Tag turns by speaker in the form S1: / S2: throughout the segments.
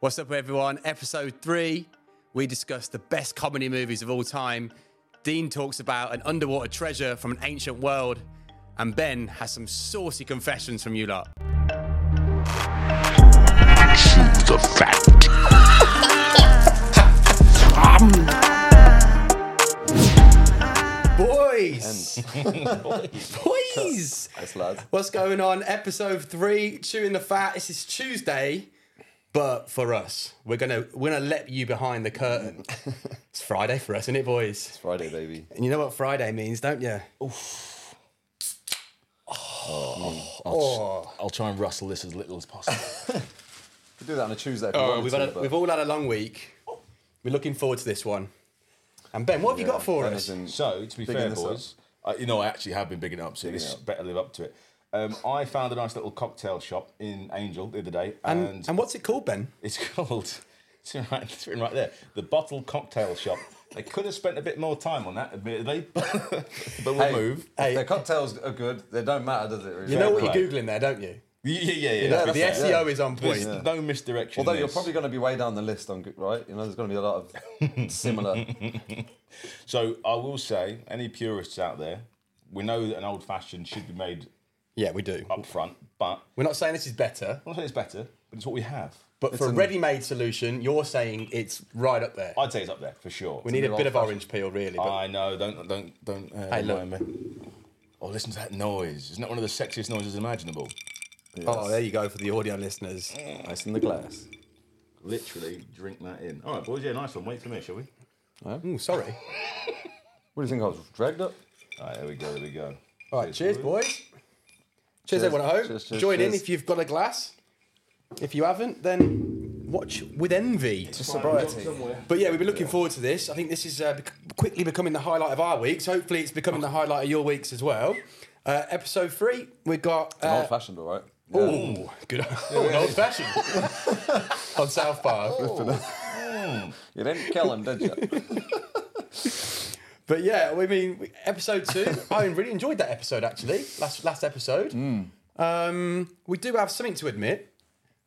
S1: What's up, everyone? Episode three, we discuss the best comedy movies of all time. Dean talks about an underwater treasure from an ancient world, and Ben has some saucy confessions from you lot.
S2: Truth the fact.
S1: Boys! Boys!
S3: Nice lads.
S1: What's going on? Episode three, chewing the fat. This is Tuesday, but for us, we're gonna we're gonna let you behind the curtain. it's Friday for us, isn't it, boys?
S3: Friday, baby.
S1: And you know what Friday means, don't you?
S4: I'll try and rustle this as little as possible.
S3: We do that on a Tuesday. if we
S1: Oh,
S3: wanted
S1: we've, had
S3: to,
S1: a,
S3: but
S1: we've all had a long week. We're looking forward to this one. And Ben, what have you
S3: yeah,
S1: got for
S3: Ben
S1: us?
S3: isn't-
S4: so, to be
S3: Bigging
S4: fair,
S3: this up.
S4: boys, I, you know, I actually have been bigging it up, so this
S3: it up.
S4: better live up to it. Um, I found a nice little cocktail shop in Angel the other day, and,
S1: And, and what's it called, Ben?
S4: it's called. It's written, right, it's written right there. The Bottle Cocktail Shop. They could have spent a bit more time on that, admittedly, but we'll
S3: Hey,
S4: move.
S1: Hey.
S3: Their cocktails are good. They don't matter, does it? Really?
S1: You know
S4: play.
S1: what you're Googling there, don't you?
S4: Yeah, yeah, yeah. yeah.
S1: the
S4: There's
S3: fair.
S1: SEO is on point.
S4: there's E no misdirection.
S3: Although
S4: in
S3: you're
S4: this.
S3: probably going to be way down the list on, Go- right? You know, there's going to be a lot of similar.
S4: So I will say, any purists out there, we know that an old fashioned should be made
S1: Yeah, we do.
S4: up front, but
S1: We're not saying this is better,
S4: I'm not saying it's better, but it's what we have.
S1: but for a ready made solution, you're saying it's right up there.
S4: I'd say it's up there for sure.
S1: we need a
S3: an
S1: bit of
S3: old-fashioned.
S1: orange peel, really. But
S4: I know. Don't don't don't. Uh,
S1: Hey,
S4: don't
S1: look.
S4: mind me. Oh, listen to that noise! Isn't that one of the sexiest noises imaginable?
S1: Oh, there you go for the audio listeners.
S3: Ice in the glass.
S4: Literally, drink that in. All right, boys. Yeah, nice one. Wait for me, shall we?
S1: Ooh, sorry.
S3: What do you think I was dragged up?
S4: All right, there we go. There we go.
S1: All right, cheers, boys. Cheers, everyone at home.
S3: Cheers, cheers,
S1: Join in
S3: cheers.
S1: if you've got a glass. If you haven't, then watch with envy.
S3: Sobriety.
S1: But yeah, we've been looking forward to this. I think this is uh, bec- quickly becoming the highlight of our weeks. Hopefully, it's becoming the highlight of your weeks as well. Uh, episode three, we've got. Uh,
S3: Old fashioned, all right. Yeah.
S1: oh, good. Ooh, an old fashioned on South Park.
S3: You didn't kill him, did you?
S1: But yeah, I mean, we- episode two, I really enjoyed that episode actually. Last last episode,
S4: Hmm.
S1: um, we do have something to admit.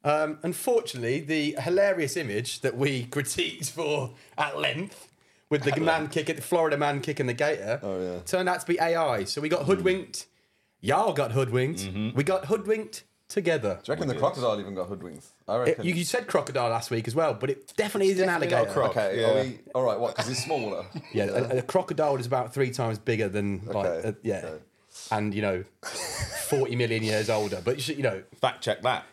S1: Um, unfortunately, the hilarious image that we critiqued for at length with the man kick the Florida man kicking the gator
S4: Oh,
S3: yeah.
S1: turned out to be AI. So we got
S4: Hmm.
S1: hoodwinked. Y'all got hoodwinked.
S4: Mm-hmm.
S1: We got hoodwinked together.
S3: Do you reckon the crocodile even got hoodwings? I
S1: It-
S3: reckon.
S1: Eh, you, you said crocodile last week as well, but it definitely is an
S4: definitely
S1: alligator.
S4: not croc.
S3: okay,
S4: Yeah.
S3: are we, all right, what? Because he's smaller.
S1: Yeah, A, a crocodile is about three times bigger than like
S3: Okay,
S1: uh, yeah,
S3: okay.
S1: and you know, forty million years older. But you, should, you know,
S4: Fact check that.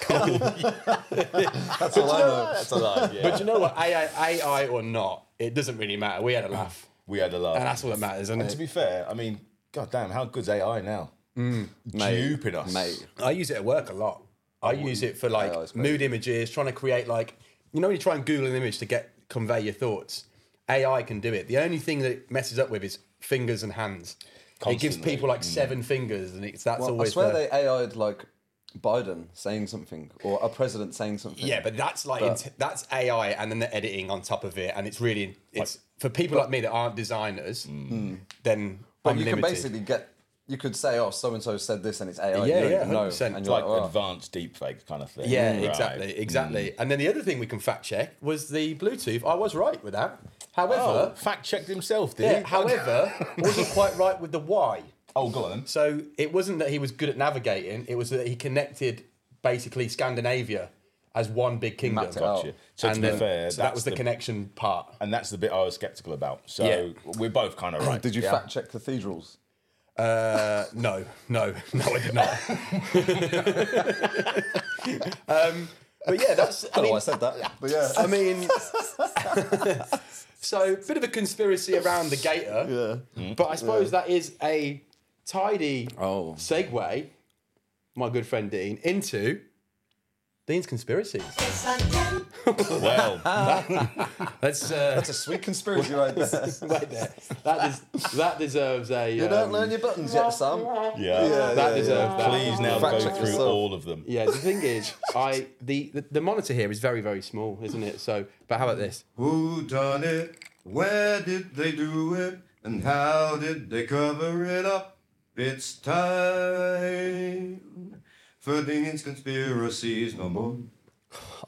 S3: Cold blood, yeah. That's all I know.
S4: That's a lie. Yeah.
S1: but you know what, AI, AI or not, it doesn't really matter. We had a laugh,
S4: we had a laugh.
S1: and that's all that matters, isn't
S4: to
S1: it?
S4: be fair, I mean, goddamn, how good's AI now?
S1: Mm,
S4: Duping us,
S3: Mate.
S1: I use it at work a lot.
S3: Oh,
S1: I use it for like
S3: AI is great.
S1: mood images, trying to create like you know when you try and Google an image to get convey your thoughts. AI can do it. The only thing that it messes up with is fingers and hands. It gives
S4: Constantly.
S1: people like seven fingers, and it's that's
S3: Mm. Well, I
S1: always.
S3: swear
S1: the-
S3: they AI'd like Biden saying something or a president saying something.
S1: Yeah, but that's like int- that's AI, and then the editing on top of it, and it's really it's for people like me that aren't designers. Then
S3: But
S1: I'm
S3: you
S1: limited.
S3: can basically get. You could say, "Oh, so and so said this," and it's AI.
S1: Yeah,
S3: you don't
S1: yeah,
S3: even know,
S1: 100%.
S3: and
S4: It's
S3: you're
S4: like
S3: like, oh,
S4: advanced deepfake kind of thing.
S1: yeah,
S4: Right.
S1: exactly, exactly. And then the other thing we can fact check was the Bluetooth. I was right with that.
S4: Oh,
S1: However,
S4: fact checked himself, did
S1: yeah,
S4: he?
S1: however, I wasn't quite right with the why.
S4: oh, go on. then.
S1: So it wasn't that he was good at navigating; it was that he connected basically Scandinavia as one big kingdom.
S3: Mapped it out.
S4: Gotcha. So
S1: And
S4: to be
S1: then-
S4: fair,
S1: so that was the,
S4: the
S1: connection part.
S4: and that's the bit I was skeptical about. So
S1: Yeah.
S4: we're both kind of
S3: "Oh,
S4: right.
S3: Did you
S4: yeah?
S3: fact check cathedrals?
S1: Uh, no, no, no, I did not. um, but yeah, that's. I
S3: I don't know
S1: mean,
S3: why Oh, I said that. But yeah,
S1: I mean so bit of a conspiracy around the gator. Yeah. But I suppose that is a tidy
S3: Oh.
S1: segue, my good friend Dean, into Dean's conspiracies.
S4: Well,
S1: That's uh,
S3: that's a sweet conspiracy right there.
S1: right there. That is that deserves a.
S3: You don't
S1: um,
S3: learn your buttons yet, Sam.
S4: yeah.
S1: that deserves that.
S4: Please now
S3: Fact
S4: go
S3: check
S4: through
S3: yourself.
S4: all of them.
S1: Yeah, the thing is, I the, the the monitor here is very very small, isn't it? So, but how about this?
S5: Who done it? Where did they do it? And how did they cover it up? It's time for Dean's conspiracies no more.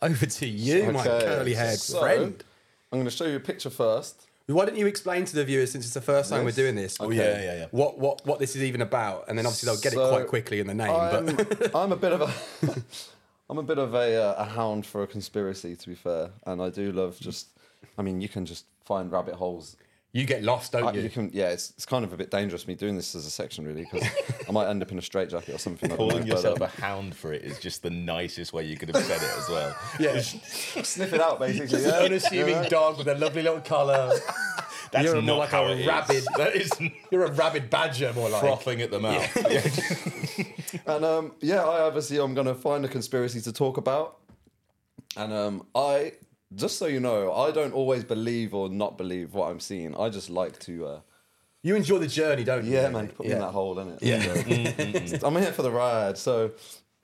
S1: Over to you, my
S3: Okay,
S1: curly-haired
S3: so,
S1: friend.
S3: I'm going to show you a picture first.
S1: Why don't you explain to the viewers, since it's the first time
S3: Yes.
S1: we're doing this?
S4: Okay. yeah, yeah, yeah.
S1: What what what this is even about, and then obviously they'll get
S3: So,
S1: it quite quickly in the name.
S3: I'm,
S1: But
S3: I'm a bit of a I'm a bit of a, uh, a hound for a conspiracy, to be fair, and I do love just. I mean, you can just find rabbit holes.
S1: you get lost, don't
S3: I,
S1: you?
S3: you can, yeah. It's, it's kind of a bit dangerous me doing this as a section, really, because I might end up in a straitjacket or something. I don't
S4: Calling
S3: know, but,
S4: yourself
S3: um,
S4: a hound for it is just the nicest way you could have said it as well.
S1: yeah,
S3: sniff it out, basically.
S1: Just
S3: yeah.
S1: an unassuming dog with a lovely little collar.
S4: That's
S1: You're more
S4: not
S1: like
S4: how
S1: a
S4: it is.
S1: rabid-
S4: That is
S1: You're a rabid badger, more like.
S4: frothing at the mouth.
S3: And um, yeah, I obviously I'm going to find a conspiracy to talk about. And um, I, just so you know, I don't always believe or not believe what I'm seeing. I just like to, uh,
S1: You enjoy the journey, don't you?
S3: yeah, man, put me in that hole, innit? Yeah. Mm, I'm here for the ride. So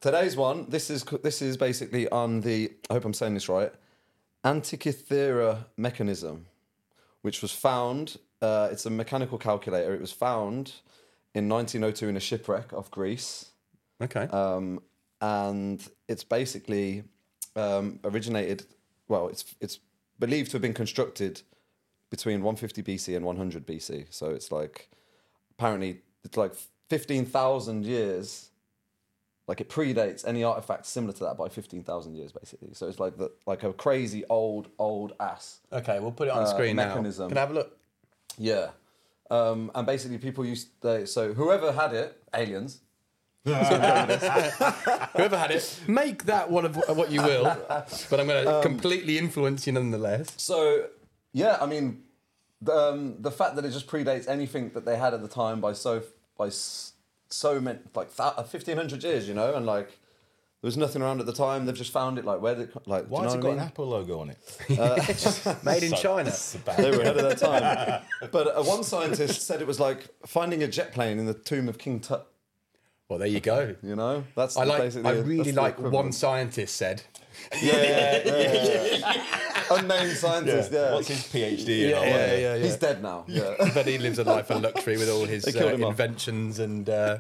S3: today's one, this is co- this is basically on the. I hope I'm saying this right. Antikythera mechanism, which was found. Uh, it's a mechanical calculator. It was found in 1902 in a shipwreck off Greece.
S1: Okay.
S3: um, and it's basically um, originated. Well, it's it's believed to have been constructed between 150 BC and 100 BC. So it's like apparently it's like 15,000 years. Like it predates any artifact similar to that by 15,000 years, basically. So it's like the like a crazy old old ass.
S1: okay, we'll put it on screen
S3: uh, mechanism.
S1: now. Can I have a look?
S3: Yeah. Um, and basically, people used they, so whoever had it, aliens,
S1: Whoever had it, make that one of what you will. But I'm going
S3: Um,
S1: to completely influence you nonetheless.
S3: So yeah, I mean, the, um, the fact that it just predates anything that they had at the time by so by s- so many like uh, fifteen hundred years, you know, and like there was nothing around at the time. They've just found it. Like where did it co- like? do
S4: Why
S3: you know
S4: has it
S3: what
S4: got
S3: I
S4: an
S3: mean?
S4: Apple logo on it?
S1: Made in
S4: So-
S1: China.
S4: so bad.
S3: They were ahead of their time. but uh, one scientist said it was like finding a jet plane in the tomb of King Tut.
S1: Well, there you go.
S3: You know, that's
S1: I like.
S3: basically.
S1: I
S3: that's
S1: really
S3: the
S1: like
S3: equivalent.
S1: one scientist said.
S3: Yeah, yeah, yeah, yeah. Unnamed scientist. Yeah,
S4: What's his PhD? in all that?
S3: he's dead now. Yeah.
S1: But he lives a life of luxury with all his uh,
S3: killed him off.
S1: inventions and uh,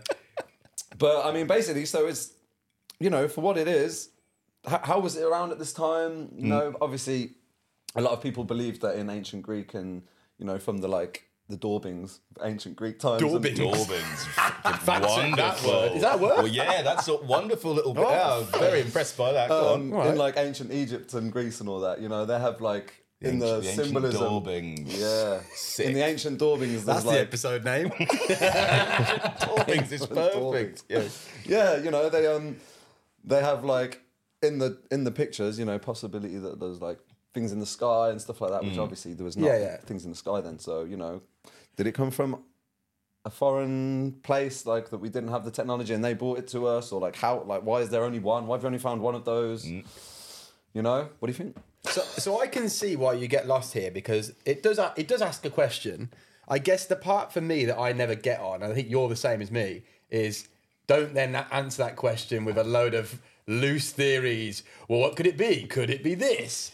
S3: But I mean, basically, so it's you know for what it is. How, how was it around at this time?
S4: Mm.
S3: You know, obviously, a lot of people believed that in ancient Greek and you know from the like the daubings of ancient Greek times. and-
S1: Daubing.
S4: Dorbins.
S1: word.
S4: wonderful.
S1: Is that a word?
S4: Well, yeah, that's a wonderful little bit. Yeah, I was very impressed by that. Go
S3: Um,
S4: on.
S3: In like ancient Egypt and Greece and all that, you know, they have like in the,
S4: Ancient- ancient
S3: symbolism.
S4: Dorbings.
S3: Yeah, in the ancient daubings, there's
S1: that's the
S3: like
S1: episode name.
S4: Dorbings is perfect. Yes.
S3: yeah, you know, they um they have like in the in the pictures, you know, possibility that there's like things in the sky and stuff like that, which obviously there was not
S1: Mm. Yeah, yeah.
S3: things in the sky then. So, you know, did it come from a foreign place like that we didn't have the technology and they brought it to us or like how like why is there only one? Why have you only found one of those?
S1: Mm.
S3: You know? What do you think?
S1: So, so I can see why you get lost here because it does a- it does ask a question. I guess the part for me that I never get on, and I think you're the same as me, is don't then a- answer that question with a load of loose theories. Well, what could it be? Could it be this?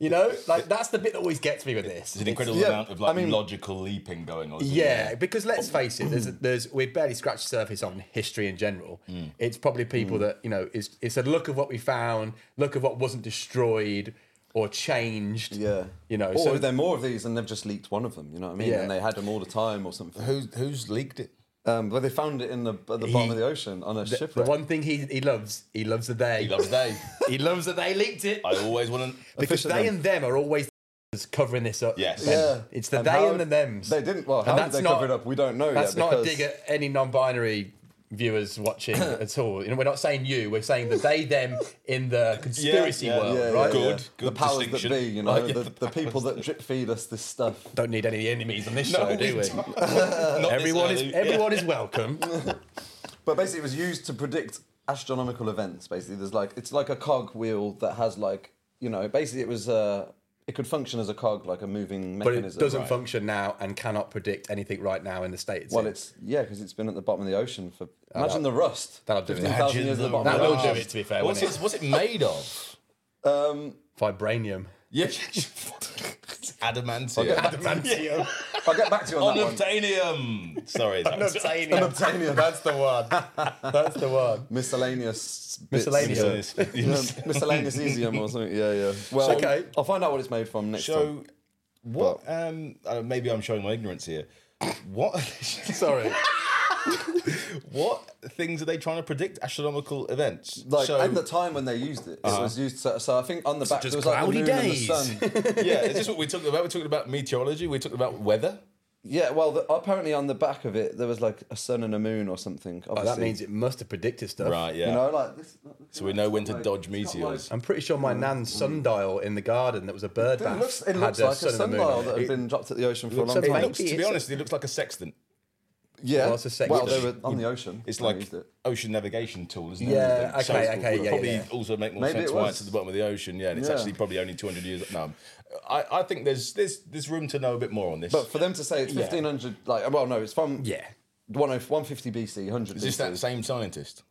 S1: You know, like that's the bit that always gets me with this.
S4: There's an incredible
S3: yeah,
S4: amount of like
S3: I mean-
S4: logical leaping going on. isn't there?
S1: Yeah, because let's face it, there's, there's we've barely scratched the surface on history in general.
S3: Mm.
S1: It's probably people that you know it's it's a look of what we found, look of what wasn't destroyed or changed.
S3: Yeah.
S1: you know,
S3: Or
S1: so
S3: is there more of these and they've just leaked one of them, you know what I mean?
S1: Yeah.
S3: And they had them all the time or something.
S4: Who's who's leaked it?
S3: Um, but they found it in the at the bottom of the ocean on a
S1: the
S3: shipwreck.
S1: one thing he he loves, he loves the they.
S4: He loves they.
S1: He loves that they leaked it
S4: I always want to.
S1: because
S3: fisherman.
S1: they and them are always covering this up.
S4: Yes.
S1: Ben.
S3: Yeah.
S1: it's the
S3: And
S1: they
S3: how-
S1: and the them's.
S3: They didn't. Well, how did
S1: that's
S3: they
S1: not-
S3: cover it up? We don't know
S1: That's
S3: yet.
S1: not a
S3: because-
S1: dig at any non-binary viewers watching at all. You know, we're not saying you. We're saying the they them in the conspiracy
S4: yeah,
S1: world,
S3: Yeah,
S1: right?
S3: yeah, yeah.
S4: Good,
S3: The
S4: good
S3: powers that
S4: distinction.
S3: be, you know,
S4: Oh, yeah,
S3: the,
S4: the
S3: the people that drip feed us this stuff.
S1: Don't need any enemies on this
S4: No,
S1: show,
S4: we
S1: do we?
S4: don't. Not this
S1: Everyone is
S4: early. Yeah.
S1: everyone is welcome.
S3: But basically, it was used to predict astronomical events. Basically, there's like it's like a cog wheel that has like you know, basically it was uh, it could function as a cog, like a moving
S1: But it
S3: mechanism.
S1: doesn't
S3: Right.
S1: function now and cannot predict anything right now in the states.
S3: Well, it's yeah, because it's been at the bottom of the ocean for. Imagine the rust.
S1: That'll do it.
S3: 15,000 years at the bottom
S1: that
S3: of
S1: will
S3: the
S1: do
S3: ocean.
S1: it. To be fair,
S4: What's
S1: won't
S4: it, what's it made of?
S3: Um,
S1: vibranium.
S4: Yeah. Adamantium.
S1: Adamantium.
S3: I'll get back to you on that one.
S4: Unobtainium. Sorry, that was
S1: Unobtainium. That's the one. That's the one.
S3: miscellaneous bits.
S1: Miscellaneous.
S3: Yeah.
S4: Unobtainium.
S3: miscellaneous isium or something. Yeah, yeah. Well,
S1: Okay.
S3: I'll find out what it's made from next time.
S4: So, what? Um, uh, maybe I'm showing my ignorance here. What?
S1: Sorry.
S4: what things are they trying to predict? Astronomical events.
S3: Like
S4: so,
S3: at the time when they used it, it was used. So, so I think on the back
S1: as
S3: there was like the
S1: Uh-huh. cloudy
S3: moon
S1: days.
S3: and the sun.
S4: yeah, is this what we're talking about? We're talking about meteorology. We're talking about weather.
S3: Yeah, well, the, apparently on the back of it there was like a sun and a moon or something. Obviously.
S1: Oh, That means it must have predicted stuff.
S4: Right. Yeah.
S3: you know, like this.
S4: so we know when to dodge meteors.
S1: I'm pretty sure my nan's sundial in the garden that was a bird
S3: Mm. It
S1: bath
S3: looks, it
S1: had
S3: looks
S1: a
S3: like
S1: sun
S3: a
S1: and a moon
S3: sundial
S1: on it.
S3: that had been dropped at the ocean for a long
S1: looks
S3: time.
S4: It
S1: amazing.
S4: looks, to be honest, it looks like a sextant.
S3: Yeah.
S1: Well, it's a sex
S3: Well,
S1: dish.
S3: they were on the ocean.
S4: It's
S3: when they
S4: like
S3: used it.
S4: ocean navigation tool, isn't it?
S1: Oh, Yeah,
S4: So
S1: okay,
S4: it would
S1: okay, yeah,
S4: Probably
S1: yeah, yeah.
S4: also make more
S3: Maybe
S4: sense
S3: it
S4: why
S3: was.
S4: it's at the bottom of the ocean. Yeah, and it's
S3: Yeah.
S4: actually probably only 200 years. No, I, I think there's there's there's room to know a bit more on this.
S3: But for them to say it's
S4: Yeah.
S3: 1500, like, well, no, it's from oh,
S1: Yeah.
S3: 10- 150 BC, 100
S4: is this
S3: BC.
S4: that same scientist?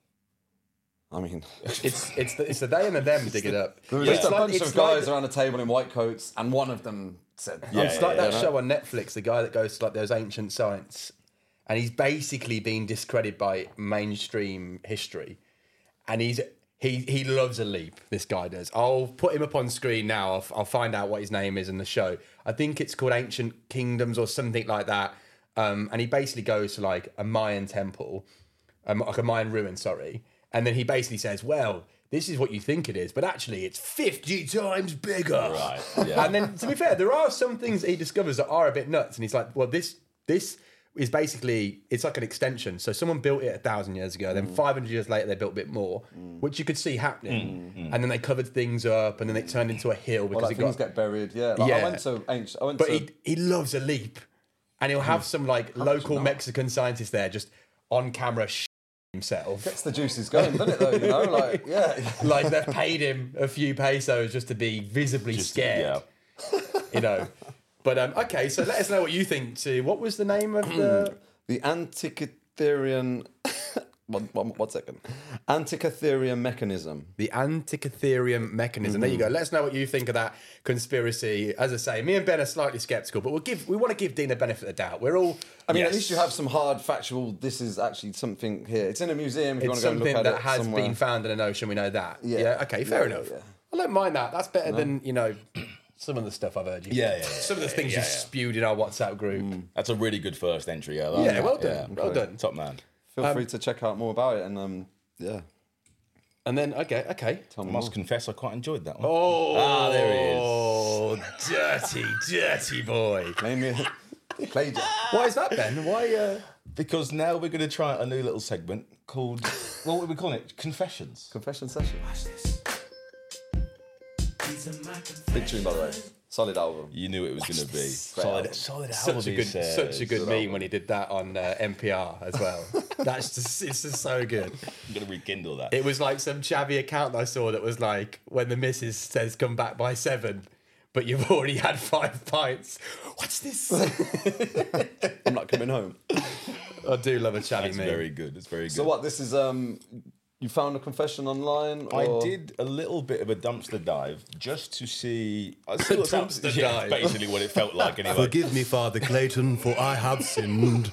S3: I mean,
S1: It's it's the, it's the they and the them dig it up.
S3: There was
S4: Yeah.
S3: just a
S1: It's like-
S3: bunch
S1: it's
S3: of guys
S1: like-
S3: around a table in white coats, and one of them said, "Oh,
S4: Yeah,
S1: It's like
S4: yeah,
S1: that show on Netflix, the guy that goes to like those ancient science, and he's basically been discredited by mainstream history, and he's he he loves a leap. This guy does. I'll put him up on screen now. I'll, I'll find out what his name is in the show. I think it's called Ancient Kingdoms or something like that. Um, and he basically goes to like a Mayan temple, um, like a Mayan ruin, sorry, and then he basically says, "Well." This is what you think it is, but actually it's 50 times bigger.
S4: Right, yeah.
S1: And then, to be fair, there are some things that he discovers that are a bit nuts, and he's like, "Well, this this is basically it's like an extension." So someone built it a thousand years ago,
S3: Mm.
S1: then five hundred years later they built a bit more, which you could see happening. And then they covered things up, and then it turned into a hill because
S3: Mm, Well, like,
S1: it
S3: things
S1: got.
S3: get buried. Yeah. Like,
S1: Yeah.
S3: I went to ancient. I went
S1: but
S3: to.
S1: he he loves a leap, and he'll
S3: Mm.
S1: have some like local Mexican scientist there just on camera sh- himself.
S3: Gets the juices going, doesn't it? Though you know, like yeah.
S1: like they've paid him a few pesos just to be visibly scared. you know. But um, okay, so let us know what you think too. What was the name of the?
S3: The Antikytherian. one, one, one second. Antikytherian mechanism.
S1: The Antikytherium mechanism. There you go. Let us know what you think of that conspiracy. As I say, me and Ben are slightly skeptical, but we'll give we want to give Dean a benefit of the doubt. We're all.
S3: I mean, at least you have some hard factual. This is actually something here. It's in a museum. If you want
S1: It's
S3: to go and look
S1: something
S3: at
S1: that
S3: it
S1: has
S3: somewhere.
S1: been found in an ocean. We know that. Yeah.
S3: Yeah.
S1: okay. Fair
S3: Yeah,
S1: enough.
S3: yeah.
S1: I don't mind that. That's better than you know some of the stuff I've heard you.
S4: Yeah, yeah, yeah,
S1: some of the
S4: yeah,
S1: things
S4: yeah,
S1: you
S4: yeah.
S1: spewed in our WhatsApp group.
S3: Mm.
S4: That's a really good first entry. I like
S1: Yeah,
S4: that,
S1: well done, well done.
S4: Top man.
S3: Feel
S1: um,
S3: free to check out more about it and um, yeah.
S1: And then okay, okay.
S3: Tell me
S4: I must
S3: more.
S4: confess, I quite enjoyed that one.
S1: Oh,
S4: Ah, there he is.
S1: is. dirty, dirty boy.
S3: Name me. Played it.
S1: Why is that, Ben? Why? Uh...
S4: Because now we're going to try a new little segment called, well, what are we calling it? Confessions.
S3: Confession session. Big tune, by the way. Solid album.
S4: You knew it was going to be.
S3: album.
S4: Solid, solid
S1: Such a
S4: Albies,
S1: good,
S4: uh,
S1: such a good meme when he did that on uh, NPR as well. That's just, it's just so good.
S4: I'm going to rekindle that.
S1: It was like some chavvy account I saw that was like, when the missus says come back by seven, but you've already had five pints. What's this?
S3: I'm not coming home.
S1: I do love a chavvy
S4: It's
S1: meme.
S4: very good. It's very good.
S3: So what? This is um. You found a confession online?
S4: I
S3: or-
S4: did a little bit of a dumpster dive just to see. I see what's out-
S1: dumpster
S4: yeah,
S1: dive.
S4: Basically, what it felt like anyway.
S1: Forgive me, Father Clayton, for I have sinned.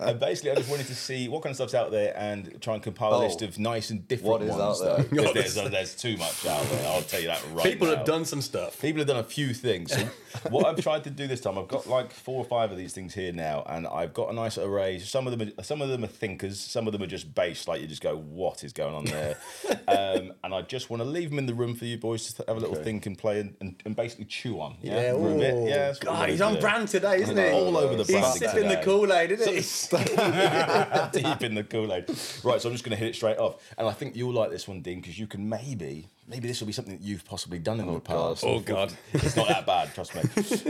S4: and basically, I just wanted to see what kind of stuff's out there and try and compile a
S3: Oh.
S4: list of nice and different
S3: What is
S4: ones.
S3: out there?
S4: though, 'cause there's, uh, there's too much out there. I'll tell you that right
S1: People
S4: now.
S1: have done some stuff.
S4: People have done a few things. So what I've tried to do this time, I've got like four or five of these things here now, and I've got a nice array. Some of them, are, some of them are thinkers. Some of them are just based. Like you just go, what is going on there? um, and I just want to leave them in the room for you boys to th- have a little think and play and, and, and basically chew on. Yeah,
S1: Yeah,
S4: for a bit.
S1: ooh.
S4: yeah. that's what we're
S1: God,
S4: gonna
S1: he's on
S4: do.
S1: brand today, isn't he?
S4: All over the
S1: He's
S4: brand
S1: sipping the
S4: today.
S1: Kool Aid, isn't he?
S4: deep in the Kool Aid. Right, so I'm just going to hit it straight off. And I think you'll like this one, Dean, because you can maybe, maybe this will be something that you've possibly done in the past.
S1: Oh, God.
S4: It's not that bad, trust me.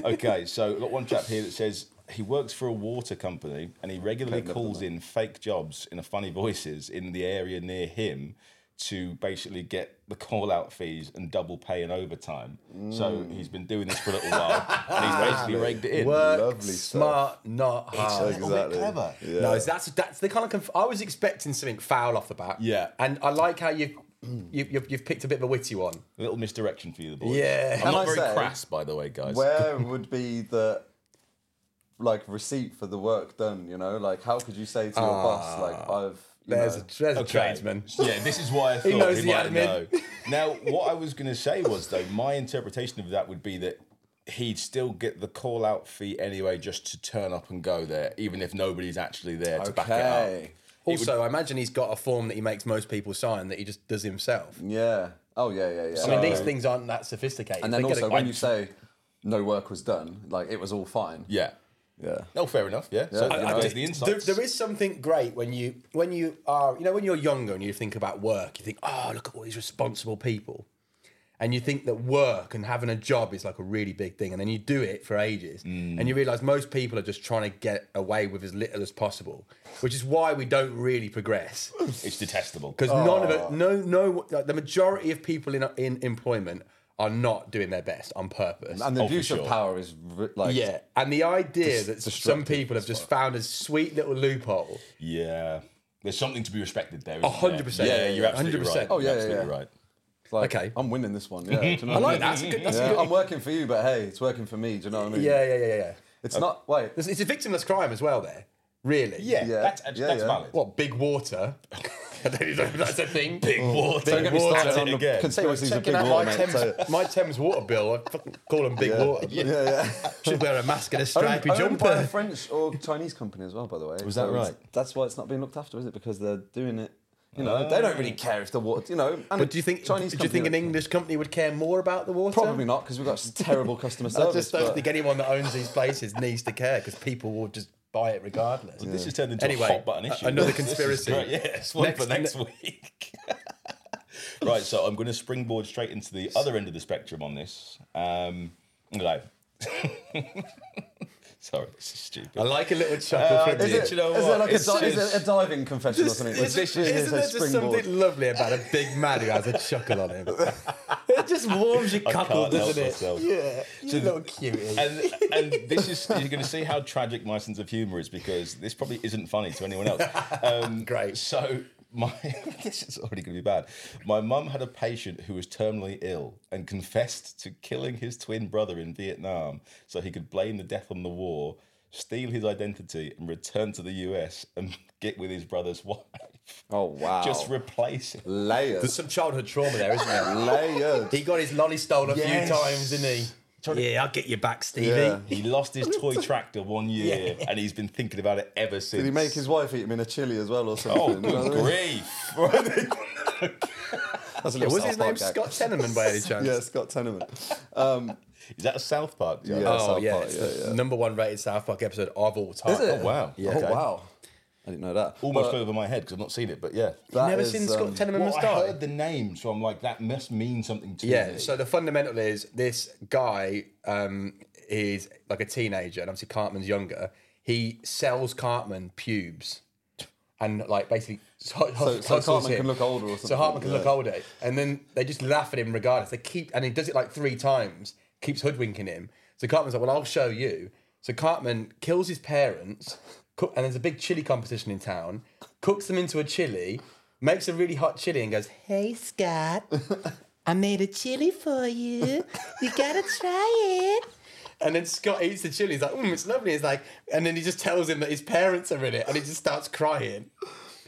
S4: Okay, so I've got one chap here that says he works for a water company and he regularly calls in fake jobs in a funny voices in the area near him to basically get the call out fees and double pay and overtime. So
S1: Mm.
S4: he's been doing this for a little while and he's basically rigged it in.
S1: Work
S3: Lovely stuff.
S1: smart, not hard.
S4: It's a little bit clever.
S1: No, it's- that's that's the kind of. Conf- I was expecting something foul off the bat.
S4: Yeah.
S1: and I like how you, you you've, you've picked a bit of a witty one.
S4: A little misdirection for you, the boys.
S1: Yeah.
S4: I'm
S1: Can
S4: not
S3: I
S4: very
S3: say-
S4: crass, by the way, guys.
S3: Where would be the like receipt for the work done. You know, like how could you say to your boss like I've you
S1: Ah, There's
S3: know,
S1: a, there's a
S4: Okay.
S1: tradesman.
S4: Yeah, this is why I thought
S1: knows
S4: we
S1: the
S4: might
S1: admin.
S4: know. Now, what I was going to say was though, my interpretation of that would be that he'd still get the call out fee anyway, just to turn up and go there, even if nobody's actually there to back it up.
S3: okay,
S1: Also, I imagine he's got a form that he makes most people sign that he just does himself.
S3: yeah, oh yeah, yeah, yeah.
S1: I mean, these things aren't that sophisticated.
S3: and then
S1: They get
S3: also
S1: a-
S3: when you say no work was done, like it was all fine.
S4: Yeah.
S3: Yeah.
S4: No, fair enough. Yeah. So
S3: I-
S4: you
S3: I
S4: know,
S3: just-
S4: the
S1: There,
S4: insights.
S1: there is something great when you when you are you know when you're younger and you think about work, you think, oh, look at all these responsible people, and you think that work and having a job is like a really big thing, and then you do it for ages, and you
S3: Mm.
S1: realise most people are just trying to get away with as little as possible, which is why we don't really progress
S4: it's detestable.
S1: because none of it, no, no, like, the majority of people in in employment are not doing their best on purpose.
S3: And the
S4: Oh, for
S3: abuse
S4: sure.
S3: of power is r- like
S1: yeah, and the idea that some
S3: destructive
S1: people have just found a sweet little loophole.
S4: Yeah. There's something to be respected there. isn't
S1: 100%.
S4: there?
S1: Yeah,
S4: Yeah,
S1: yeah,
S4: you're absolutely
S1: 100%.
S4: right.
S1: Oh,
S3: yeah,
S4: You're absolutely
S3: yeah, yeah.
S4: right.
S3: like,
S1: okay.
S3: I'm winning this one. Yeah, do you know
S1: I
S3: what
S1: like
S3: mean?
S1: that. That's a good. That's a
S3: Yeah,
S1: good
S3: I'm working for you, but hey, it's working for me. Do you know what I mean?
S1: yeah, yeah, yeah, yeah, yeah.
S3: It's not wait.
S1: It's, it's a victimless crime as well. There, really.
S4: Yeah,
S3: Yeah,
S4: that's, that's
S3: yeah, yeah.
S4: valid.
S1: What big water? I don't know if that's a thing. Big
S4: water.
S3: Mm. Don't get me
S1: water.
S3: started on
S4: it
S3: the
S4: again.
S3: conspiracies of
S1: Checking
S3: big
S1: out
S3: water,
S1: my,
S3: mate. so-
S1: Thames, my Thames water bill. I fucking call them big water.
S3: yeah, yeah.
S1: Should wear a mask and a
S3: Owned-
S1: stripy
S3: owned by a
S1: jumper.
S3: French or Chinese company as well, by the way. Was
S4: that right?
S3: That's why it's not being looked after, is it? Because they're doing it. You know, they don't really care if the water. You know, and
S1: Ah. But do you think
S3: Chinese?
S1: do you think an
S3: company-
S1: English company would care more about the water?
S3: Probably not, because we've got s- terrible customer
S1: I
S3: service.
S1: just don't
S3: but-
S1: think anyone that owns these places needs to care because people will just buy it regardless.
S4: This has turned into
S1: Anyway,
S4: a hot button
S1: a-
S4: issue.
S1: another
S4: This is
S1: conspiracy.
S4: great. Yes, one
S1: Next-
S4: for next week. right, so I'm going to springboard straight into the other end of the spectrum on this. Um, no. Sorry, this is
S1: I
S4: stupid.
S1: like a little chuckle from
S3: Uh, Is
S1: you.
S3: it,
S4: Do you know
S3: is
S4: what?
S3: there like a,
S4: It's
S3: di-
S4: just-
S3: is it a diving confession or something?
S1: Isn't,
S3: Which- yeah,
S1: isn't
S3: so
S1: there just
S3: springboard.
S1: something lovely about a big man who has a chuckle on him? It just warms your
S4: I
S1: cockle,
S4: can't help
S1: doesn't it?
S4: myself.
S1: Yeah, you little cutie.
S4: And, and this is you're going to see how tragic my sense of humour is because this probably isn't funny to anyone else. Um,
S1: Great.
S4: So my this is already going to be bad. My mum had a patient who was terminally ill and confessed to killing his twin brother in Vietnam so he could blame the death on the war, steal his identity, and return to the US and get with his brother's wife.
S3: Oh wow!
S4: Just replace him.
S1: There's
S3: layers,
S1: some childhood trauma there, isn't there?
S3: layers.
S1: He got his lolly stolen a
S4: Yes.
S1: few times, didn't he? Yeah, I'll get you back, Stevie.
S3: Yeah.
S4: He lost his toy tractor one year, and he's been thinking about it ever since.
S3: Did he make his wife eat him in a chili as well or something?
S4: Oh,
S3: You know what
S4: good
S3: I mean?
S4: grief!
S3: That's a
S1: Yeah,
S3: little
S1: was his
S3: South
S1: name
S3: Park
S1: Scott
S3: gag.
S1: Tenorman by any chance?
S3: Yeah, Scott Tenement.
S4: Is that a South Park joke?
S3: Yeah.
S1: Oh
S3: South
S1: yeah,
S3: Park,
S1: it's
S3: yeah,
S1: the
S3: yeah.
S1: number one rated South Park episode of all time.
S3: Is it?
S1: Oh, wow.
S4: Wow.
S1: Yeah.
S3: Oh
S1: okay.
S3: wow! I didn't know that.
S4: Almost
S3: Oh, But
S4: flew over my head because I've not seen it, but yeah.
S3: that
S1: Never
S3: is,
S1: seen Scott
S3: um,
S1: Tenorman
S4: Well,
S1: must
S4: I
S1: die.
S4: heard the name, so I'm like, that must mean something to me.
S1: Yeah. So the fundamental is this guy um, is like a teenager, and obviously Cartman's younger. He sells Cartman pubes, and like basically so,
S3: so Cartman can look older or
S1: So
S3: something,
S1: Cartman can look
S3: yeah.
S1: older, and then they just laugh at him regardless. They keep and he does it like three times, keeps hoodwinking him. So Cartman's like, "Well, I'll show you." So Cartman kills his parents, cook, and there's a big chili competition in town. Cooks them into a chili, makes a really hot chili, and goes,
S6: Hey, Scott. I made a chili for you. You gotta try it.
S1: And then Scott eats the chili. He's like, "Mmm, it's lovely." He's like, and then he just tells him that his parents are in it, and he just starts crying.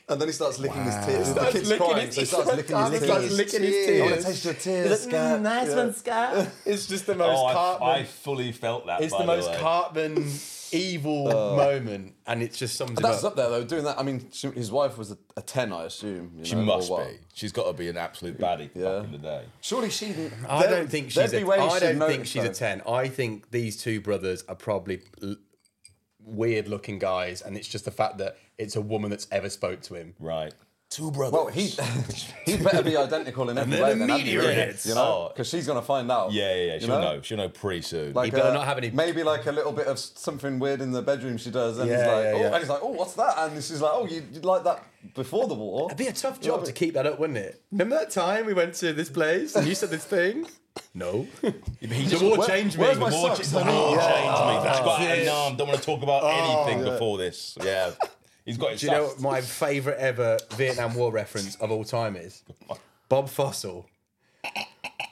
S3: And then he starts licking his tears. the
S1: Starts
S3: kid's
S1: licking
S3: crying,
S1: his-
S3: so he starts licking his
S1: Cartman
S3: tears.
S1: starts licking his
S3: I want to
S1: tears.
S3: taste your tears,
S6: Mm,
S3: Scott.
S6: nice
S3: Yeah.
S6: one, Scott.
S1: It's just the most
S4: oh, I, I
S1: Cartman.
S4: fully felt that.
S1: it's
S4: by
S1: the most
S4: way.
S1: Cartman evil moment, and it just sums it
S3: Oh. That's
S1: up.
S3: up there though. Doing that, I mean, she, his wife was a, a ten, I assume. You
S4: She
S3: know, or
S4: must
S3: what?
S4: be. She's got to be an absolute baddie
S3: Oh, Yeah.
S4: back in the day.
S3: Surely she. didn't-
S1: I
S3: there-
S1: don't think
S3: there'd
S1: she's.
S3: be
S1: A,
S3: ways
S1: I
S3: she'd
S1: don't think
S3: notice,
S1: she's a
S3: though.
S1: ten. I think these two brothers are probably l- weird-looking guys, and it's just the fact that it's a woman that's ever spoke to him.
S4: Right. Two brothers.
S3: Well, he he better be identical in every
S1: then
S3: way.
S1: the
S3: Then hadn't he,
S1: meteor
S3: really?
S1: hits.
S3: you know, because she's gonna find out.
S4: yeah, yeah, yeah.
S3: you
S4: She'll know? She'll know pretty soon.
S3: Like, uh,
S1: better not have any-
S3: Maybe like a little bit of something weird in the bedroom she does, and he's
S1: Yeah,
S3: like,
S1: yeah,
S3: oh,
S1: yeah.
S3: and he's like, oh, what's that? And she's like, oh, you you like that before the war?
S1: It'd be a tough job to keep that up, wouldn't it? Remember that time we went to this place and you said this thing? No. the war
S3: Where-
S1: changed me.
S3: where's my
S1: The war
S3: socks?
S1: changed-
S3: I
S1: the
S3: mean,
S1: war
S3: yeah.
S1: changed me.
S4: That's got
S1: it.
S4: an arm. Don't want to talk about anything before this. Yeah. He's got his
S1: Do you know
S4: sass.
S1: what my favourite ever Vietnam War reference of all time is? Bob Fossil.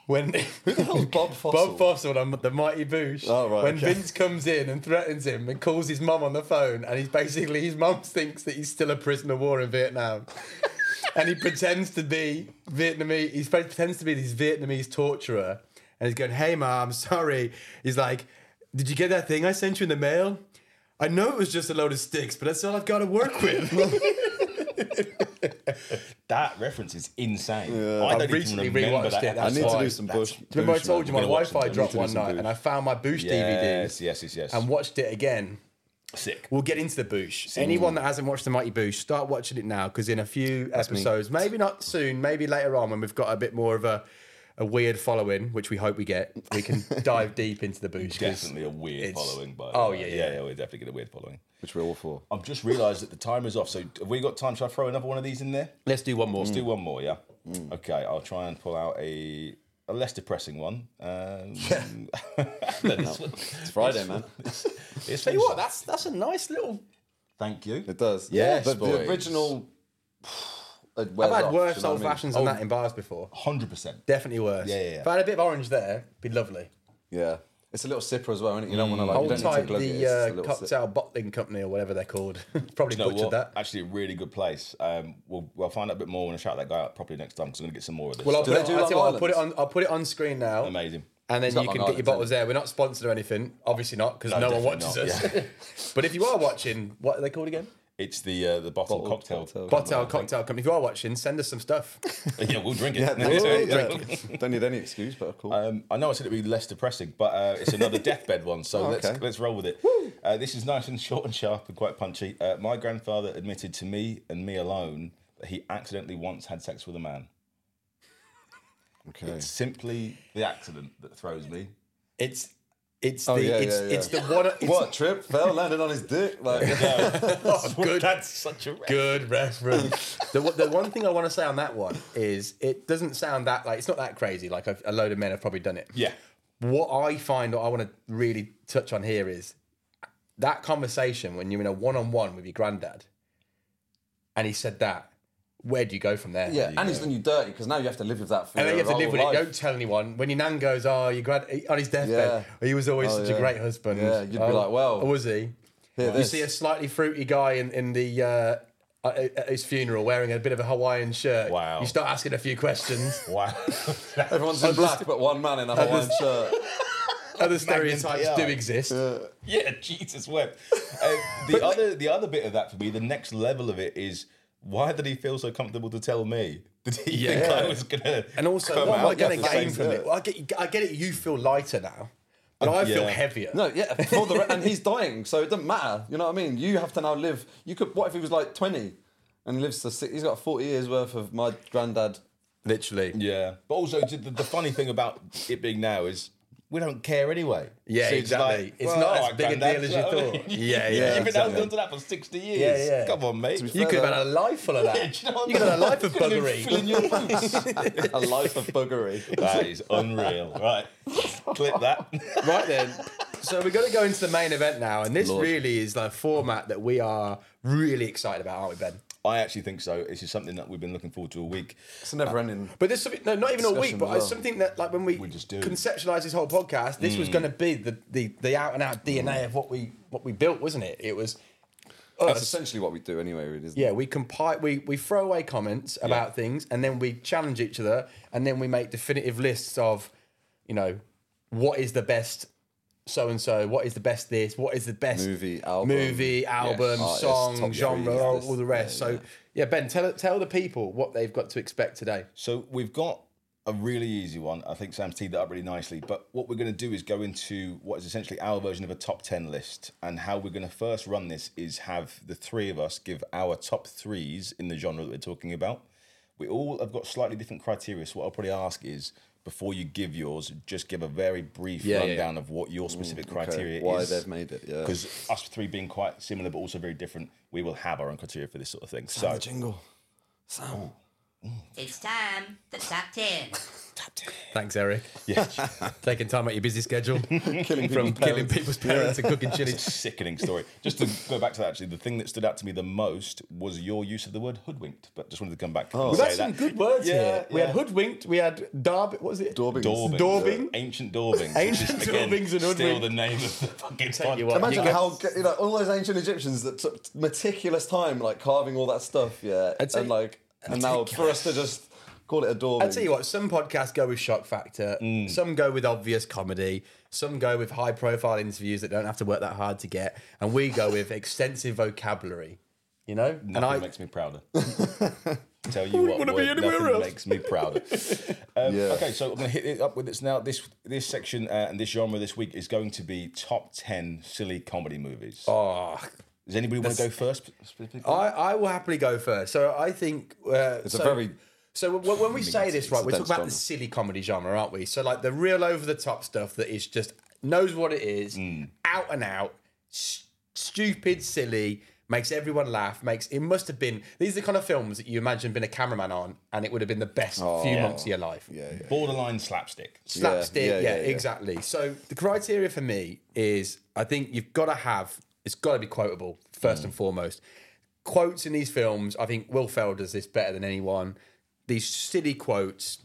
S1: when who the
S3: hell's Oh, Bob Fossil?
S1: Bob Fossil on the Mighty Boosh.
S3: Oh, right,
S1: When
S3: okay.
S1: Vince comes in and threatens him and calls his mum on the phone, and he's basically his mum thinks that he's still a prisoner of war in Vietnam. and he pretends to be Vietnamese. He pretends to be this Vietnamese torturer, and he's going, "Hey, mom, sorry." He's like, "Did you get that thing I sent you in the mail?" I know it was just a load of sticks, but that's all I've got to work with.
S4: That reference is insane. I
S1: I've
S4: don't
S1: recently
S4: even remember
S1: rewatched
S4: that.
S1: it, that's
S3: I need to
S1: why.
S3: do some bush.
S1: Remember, I
S3: Boosh,
S1: told
S3: man.
S1: you my
S4: We're gonna watch
S1: Wi-Fi
S4: them.
S1: dropped
S3: We need
S1: one
S3: to do
S1: night,
S3: some
S1: and I found my Boosh
S4: Yes,
S1: DVDs
S4: yes, yes, yes.
S1: and watched it again.
S4: Sick.
S1: We'll get into the Boosh. Anyone that hasn't watched the Mighty Boosh, start watching it now because in a few episodes, maybe not soon, maybe later on when we've got a bit more of a, a weird following, which we hope we get, we can dive deep into the Boosh. 'cause
S4: Definitely a weird
S1: it's-
S4: following, but
S1: Oh, yeah,
S4: yeah,
S1: yeah.
S4: we're definitely get a weird following.
S3: Which we're all for.
S4: I've just realised that the timer's off. So have we got time? Should I throw another one of these in there?
S1: Let's do one more.
S4: Let's do one more, yeah. Okay, I'll try and pull out a a less depressing one. Um, yeah.
S3: It's Friday, man.
S1: Tell you what, that's that's a nice little.
S4: Thank you.
S3: It does.
S4: Yes,
S3: yeah, but
S4: boys.
S3: the original. I've
S1: I've had worse old fashions than that in bars before.
S4: Hundred percent.
S1: Definitely worse.
S4: Yeah, yeah, yeah.
S1: If I had a bit of orange there, be lovely.
S3: Yeah, Mm. it's a little sipper as well, isn't it? You don't want to like. you
S1: Hold
S3: don't need to
S1: tight
S3: glug it.
S1: the
S3: It's just a
S1: uh,
S3: little sip.
S1: cocktail bottling company or whatever they're called. Probably
S4: You know
S1: butchered
S4: what?
S1: that.
S4: Actually, a really good place. Um, we'll, we'll find out a bit more when I shout that guy out properly next time because I'm going to get some more of this.
S1: Well, I'll
S4: So-
S1: put, it,
S3: they do
S1: I'll,
S3: Long
S1: tell you what, I'll
S3: Island?
S1: put it on. I'll put it on screen now,
S4: amazing.
S1: and then
S3: not
S1: you
S3: Long
S1: can get your
S3: Island,
S1: bottles
S3: is it?
S1: there. We're not sponsored or anything, obviously not, because no, one
S4: definitely
S1: watches
S4: not,
S1: us. but if you are watching, what are they called again?
S4: It's the uh, the bottle
S3: Bottled
S4: cocktail.
S3: cocktail.
S1: Cocktail Cocktail Company. If you are watching, send us some stuff.
S4: yeah, we'll drink it.
S3: Yeah, Uh,
S4: Yeah,
S3: that's
S4: yeah, yeah.
S3: all right. don't need any excuse, but cool.
S4: Um, I know I said it'd be less depressing, but uh, it's another deathbed one, so
S3: Oh,
S4: let's
S3: okay.
S4: let's roll with it. Uh, this is nice and short and sharp and quite punchy. Uh, my grandfather admitted to me and me alone that he accidentally once had sex with a man.
S3: okay.
S4: It's simply the accident that throws me.
S1: It's it's
S3: Oh,
S1: the
S3: yeah,
S1: it's,
S3: yeah, yeah.
S1: it's the one. It's
S3: What trip fell landed on his dick? Like
S1: oh, good
S4: such a
S1: good reference. the, one- the one thing I want to say on that one is it doesn't sound that like it's not that crazy. Like I've, a load of men have probably done it.
S4: Yeah.
S1: what I find that I want to really touch on here is that conversation when you're in a one-on-one with your granddad, and he said that. Where do you go from there?
S3: yeah, and he's done you dirty because now you have to live with that. For
S1: And then you
S3: your
S1: have to live
S3: whole
S1: with it.
S3: life.
S1: Don't tell anyone. When your nan goes, "Oh, your grad on his deathbed,
S3: Yeah.
S1: he was always
S3: Oh,
S1: such a
S3: yeah.
S1: great husband."
S3: Yeah, you'd be
S1: Oh,
S3: like, well,
S1: or was he? You
S3: Hear this.
S1: see a slightly fruity guy in, in the uh, at at his funeral wearing a bit of a Hawaiian shirt.
S4: Wow.
S1: You start asking a few questions.
S4: Wow.
S3: Everyone's in black, but one man in a Hawaiian shirt.
S1: Other stereotypes
S4: Magnetite.
S1: do exist.
S4: yeah, Jesus wept. Uh, the other the other bit of that for me, the next level of it is why did he feel so comfortable to tell me? Did he think I was gonna
S1: And also,
S4: come
S1: what am I
S4: out
S1: going
S4: with
S1: to
S4: the
S1: gain
S4: same
S1: from
S4: dirt?
S1: it? Well, I get, I get it. You feel lighter now, but I feel
S4: Uh, yeah.
S1: heavier.
S3: No, yeah, for the re- and he's dying, so it doesn't matter. You know what I mean? You have to now live. You could. What if he was like twenty, and he lives to six? He's got forty years worth of my granddad.
S1: literally.
S4: Yeah, but also the, the funny thing about it being now is we don't care anyway.
S1: Yeah,
S4: So
S1: exactly. It's not as big a deal as you
S4: you know what I
S1: thought.
S4: mean?
S1: Yeah, yeah,
S4: You've been
S1: exactly.
S4: holding on to that for sixty years.
S1: Yeah, yeah.
S4: Come on, mate.
S1: You could have had a life full of that.
S4: You know what I
S1: you could have had a
S4: mean?
S1: life of
S4: Could have been
S1: buggery.
S4: filling your boots.
S3: A life of buggery.
S4: that is unreal. Right, clip that.
S1: right then. So we're going to go into the main event now, and this really is the format that we are really excited about, aren't we, Ben?
S4: I actually think so. This is something that we've been looking forward to a week.
S3: It's never ending.
S1: But there's something, no, not even a
S3: Discussion
S1: week, but
S3: as well.
S1: it's something that, like, when we,
S4: just Mm. do.
S1: conceptualize this whole podcast, this was going to be the, the, the out and out
S4: Mm.
S1: DNA of what we what we built, wasn't it? It was
S3: That's essentially what we do anyway, really. Isn't
S1: Yeah, we compile, we, we throw away comments about things, and then we challenge each other, and then we make definitive lists of, you know, what is the best so and so, what is the best this, what is the best
S3: Movie, album.
S1: movie, album,
S3: Artist, top
S1: song,
S3: three,
S1: genre,
S3: yeah,
S1: all,
S3: this-
S1: all the rest.
S3: yeah,
S1: so, yeah, Ben, tell tell the people what they've got to expect today.
S4: So we've got a really easy one. I think Sam's teed that up really nicely. But what we're going to do is go into what is essentially our version of a top 10 list. And how we're going to first run this is have the three of us give our top threes in the genre that we're talking about. We all have got slightly different criteria. So what I'll probably ask is before you give yours, just give a very brief
S1: yeah, yeah.
S4: rundown of what your specific criteria
S3: Mm, Why
S4: is.
S3: they've made it? Yeah.
S4: Because us three being quite similar but also very different, we will have our own criteria for this sort of thing. So
S3: jingle. Sam.
S7: It's time to top 10.
S4: top 10.
S1: Thanks, Eric. Taking time out your busy schedule
S3: Killing
S1: from killing
S3: people's parents.
S1: people's parents and cooking chili.
S4: It's a sickening story. Just to go back to that, actually, the thing that stood out to me the most was your use of the word hoodwinked. But just wanted to come back. Oh,
S1: We've had some good words
S4: Yeah,
S1: here. We had
S4: yeah.
S1: hoodwinked. We had darb. What was it?
S3: Daubing.
S4: Daubing.
S1: Daubing.
S4: Ancient Daubing.
S1: Ancient daubings and
S4: Still
S1: hoodwink.
S4: the name of the fucking
S1: Tell you
S4: podcast.
S1: what,
S3: Imagine
S1: you
S3: how you know all those ancient Egyptians that took meticulous time like carving all that stuff, yeah,
S1: I'd say-
S3: and like and now for us to just call it a door.
S1: I tell you what, some podcasts go with shock factor,
S4: Mm.
S1: some go with obvious comedy, some go with high profile interviews that don't have to work that hard to get, and we go with extensive vocabulary. You know, and
S4: Nothing
S1: I
S4: makes me prouder. Tell you what,
S1: wanna be
S4: word,
S1: anywhere
S4: nothing
S1: else.
S4: makes me prouder. Um,
S3: Yeah.
S4: Okay, so I'm going to hit it up with this now. This this section uh, and this genre this week is going to be top ten silly comedy movies.
S1: oh,
S4: Does anybody want to go first?
S1: I, I will happily go first. So I think uh,
S3: It's a very
S1: So w- when we say this, right, we're talking
S3: dense
S1: about
S3: genre.
S1: the silly comedy genre, aren't we? So like the real over the top stuff that is just knows what it is,
S3: Mm.
S1: out and out, s- stupid, silly, makes everyone laugh. Makes it must have been these are the kind of films that you imagine being a cameraman on, and it would have been the best few
S3: Oh,
S1: months of your life.
S4: Borderline slapstick.
S1: Slapstick, yeah,
S3: yeah, yeah, yeah.
S1: exactly. So the criteria for me is I think you've got to have it's got to be quotable first and foremost. Quotes in these films, I think Will Ferrell does this better than anyone. These silly quotes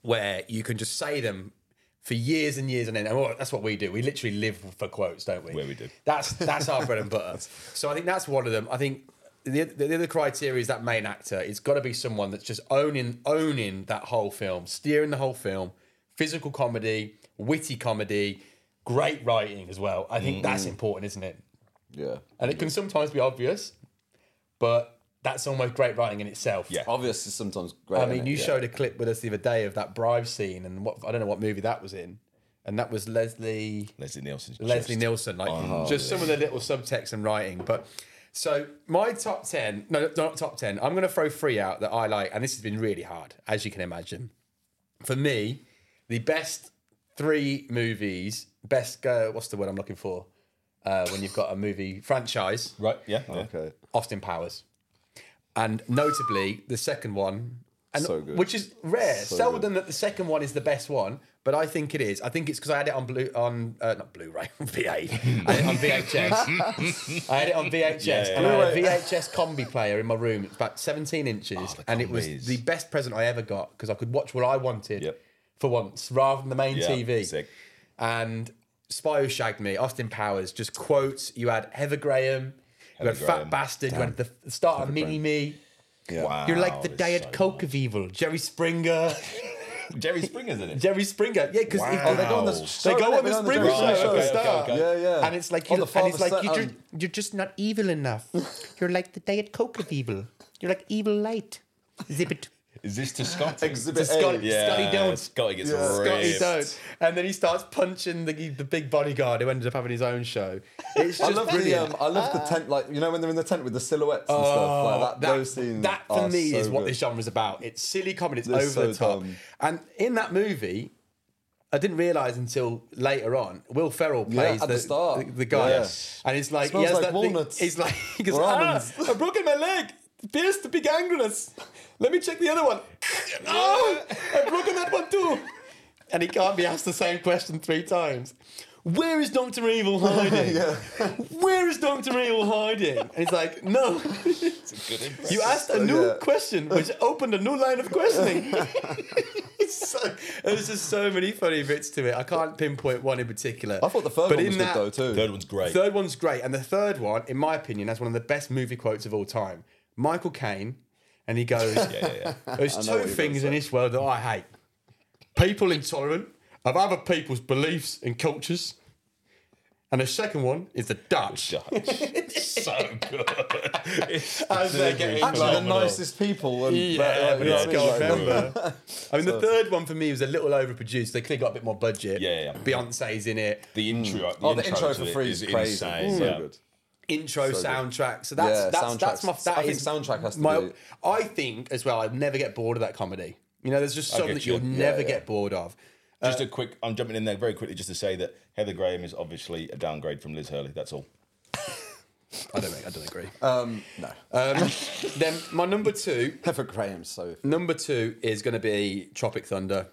S1: where you can just say them for years and years and then and well, that's what we do. We literally live for quotes, don't we?
S4: Where we do.
S1: That's that's our bread and butter. So I think that's one of them. I think the, the other criteria is that main actor. It's got to be someone that's just owning owning that whole film, steering the whole film. Physical comedy, witty comedy, great writing as well. I think
S4: Mm-hmm.
S1: that's important, isn't it?
S3: yeah.
S1: And it can sometimes be obvious, but that's almost great writing in itself.
S4: Yeah.
S3: Obvious is sometimes great.
S1: I mean,
S3: innit?
S1: you
S3: yeah.
S1: showed a clip with us the other day of that bribe scene, and what I don't know what movie that was in, and that was Leslie
S4: Leslie Nielsen.
S1: Leslie Nielsen, like just some of the little subtext and writing. But so my top ten, no, not top ten. I'm going to throw three out that I like, and this has been really hard, as you can imagine. For me, the best three movies, best uh, what's the word I'm looking for uh, when you've got a movie franchise?
S4: Right. Yeah. yeah.
S3: Okay.
S1: Austin Powers, and notably the second one, and
S3: So good.
S1: which is rare, seldom that the second one is the best one, but I think it is. I think it's because I had it on blue on uh, not Blu-ray on VA, I had it on VHS. I had it on VHS, and I had a VHS combi player in my room. It's about seventeen inches,
S4: the
S1: and it was
S4: combis.
S1: the best present I ever got because I could watch what I wanted
S4: Yep.
S1: for once, rather than the main
S4: Yeah,
S1: TV
S4: sick.
S1: and Spy Who Shagged Me, Austin Powers, just quotes. You had Heather Graham, you had
S4: Heather
S1: Fat
S4: Graham.
S1: Bastard, you had the the start of Mini Me.
S4: Wow.
S1: You're like the
S4: Oh, it's
S1: Diet
S4: so
S1: Coke of evil, Jerry Springer.
S4: good. Jerry Springer's in it.
S1: Jerry Springer, yeah, because
S4: Wow.
S1: they go on the,
S4: They
S1: they
S3: go
S1: go on
S3: on
S1: the
S3: the
S1: Springer
S3: Jerry
S1: show at
S4: Springer
S1: the
S4: show.
S1: start.
S4: Okay, okay,
S3: Yeah, yeah.
S1: And it's like
S3: On
S1: you,
S3: the
S1: and it's
S3: father um,
S1: like you
S3: son-
S1: just,
S4: um,
S1: you're just not evil enough. You're like the Diet Coke of evil. You're like evil light. Zip it.
S4: Is this to Scott?
S3: Exhibit
S1: To Scott-
S3: A.
S4: Yeah.
S1: Scotty Doan.
S4: Scotty gets
S3: Yeah.
S4: ripped.
S1: Scotty Dones. And then he starts punching the, the big bodyguard who ended up having his own show. It's
S3: I
S1: just
S3: love the
S1: brilliant.
S3: um, I love the tent like you know when they're in the tent with the silhouettes and stuff like that. those scenes
S1: Oh, that for
S3: are
S1: me
S3: so
S1: is what
S3: good.
S1: this genre is about. It's silly comedy. It's
S3: They're
S1: over the
S3: so
S1: top.
S3: dumb.
S1: And in that movie, I didn't realize until later on, Will Ferrell
S3: Yeah,
S1: plays
S3: at the start.
S1: the, guy,
S3: Yeah.
S1: and it's like he
S3: Smells
S1: has
S3: like
S1: that thing-
S3: walnuts.
S1: He's like, he goes,
S3: Or
S1: ah,
S3: almonds."
S1: I've broken my leg. Pierce the big angulus. Let me check the other one. oh, I've broken that one too. And he can't be asked the same question three times. Where is Doctor Evil hiding? Where is Doctor Evil hiding? And he's like, no. You asked a new
S3: Oh, yeah.
S1: question, which opened a new line of questioning. It's so- There's just so many funny bits to it. I can't pinpoint one in particular.
S3: I thought the third
S1: But
S3: one
S1: in
S3: was
S1: that-
S3: good though too.
S4: Third one's great.
S1: Third one's great, and the third one, in my opinion, has one of the best movie quotes of all time. Michael Caine, and he goes,
S4: Yeah, yeah.
S1: "There's two
S3: you're
S1: things in this world that I hate: people intolerant of other people's beliefs and cultures, and the second one is the Dutch."
S4: It's so good. It's
S1: As they're
S4: delivery
S1: getting
S4: is
S3: Actually, the
S4: phenomenal.
S3: nicest people. And,
S1: Yeah, but
S3: like, you know
S1: it's
S3: what I mean?
S1: got
S3: Like,
S1: a member. I mean, the third one for me was a little overproduced. They clearly got a bit more budget.
S4: Yeah, yeah, yeah.
S1: Beyonce's in it.
S4: The intro.
S3: Oh, the intro for
S4: to it
S3: free
S4: is
S3: is crazy. Mm.
S4: insane.
S3: So
S4: yeah.
S3: good.
S1: Intro
S3: So good.
S1: soundtrack. So that's
S3: Yeah,
S1: that's that's
S3: soundtracks.
S1: my. That
S3: I think
S1: is
S3: soundtrack has to
S1: my-
S3: be-
S1: I think as well. I'd never get bored of that comedy. You know, there's just something
S4: get
S1: that you'll
S4: you.
S1: never
S3: yeah.
S1: get bored of.
S4: Just a quick. I'm jumping in there very quickly just to say that Heather Graham is obviously a downgrade from Liz Hurley. That's all.
S1: I don't. I don't agree.
S3: Um, no,
S1: then my number two
S3: Heather Graham's so.
S1: Number two is going to be Tropic Thunder.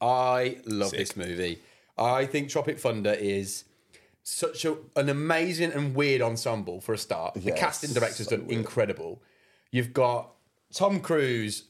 S1: I love this movie. I think Tropic Thunder is such a, an amazing and weird ensemble for a start. The
S3: Yes,
S1: casting director's done incredible. You've got Tom Cruise,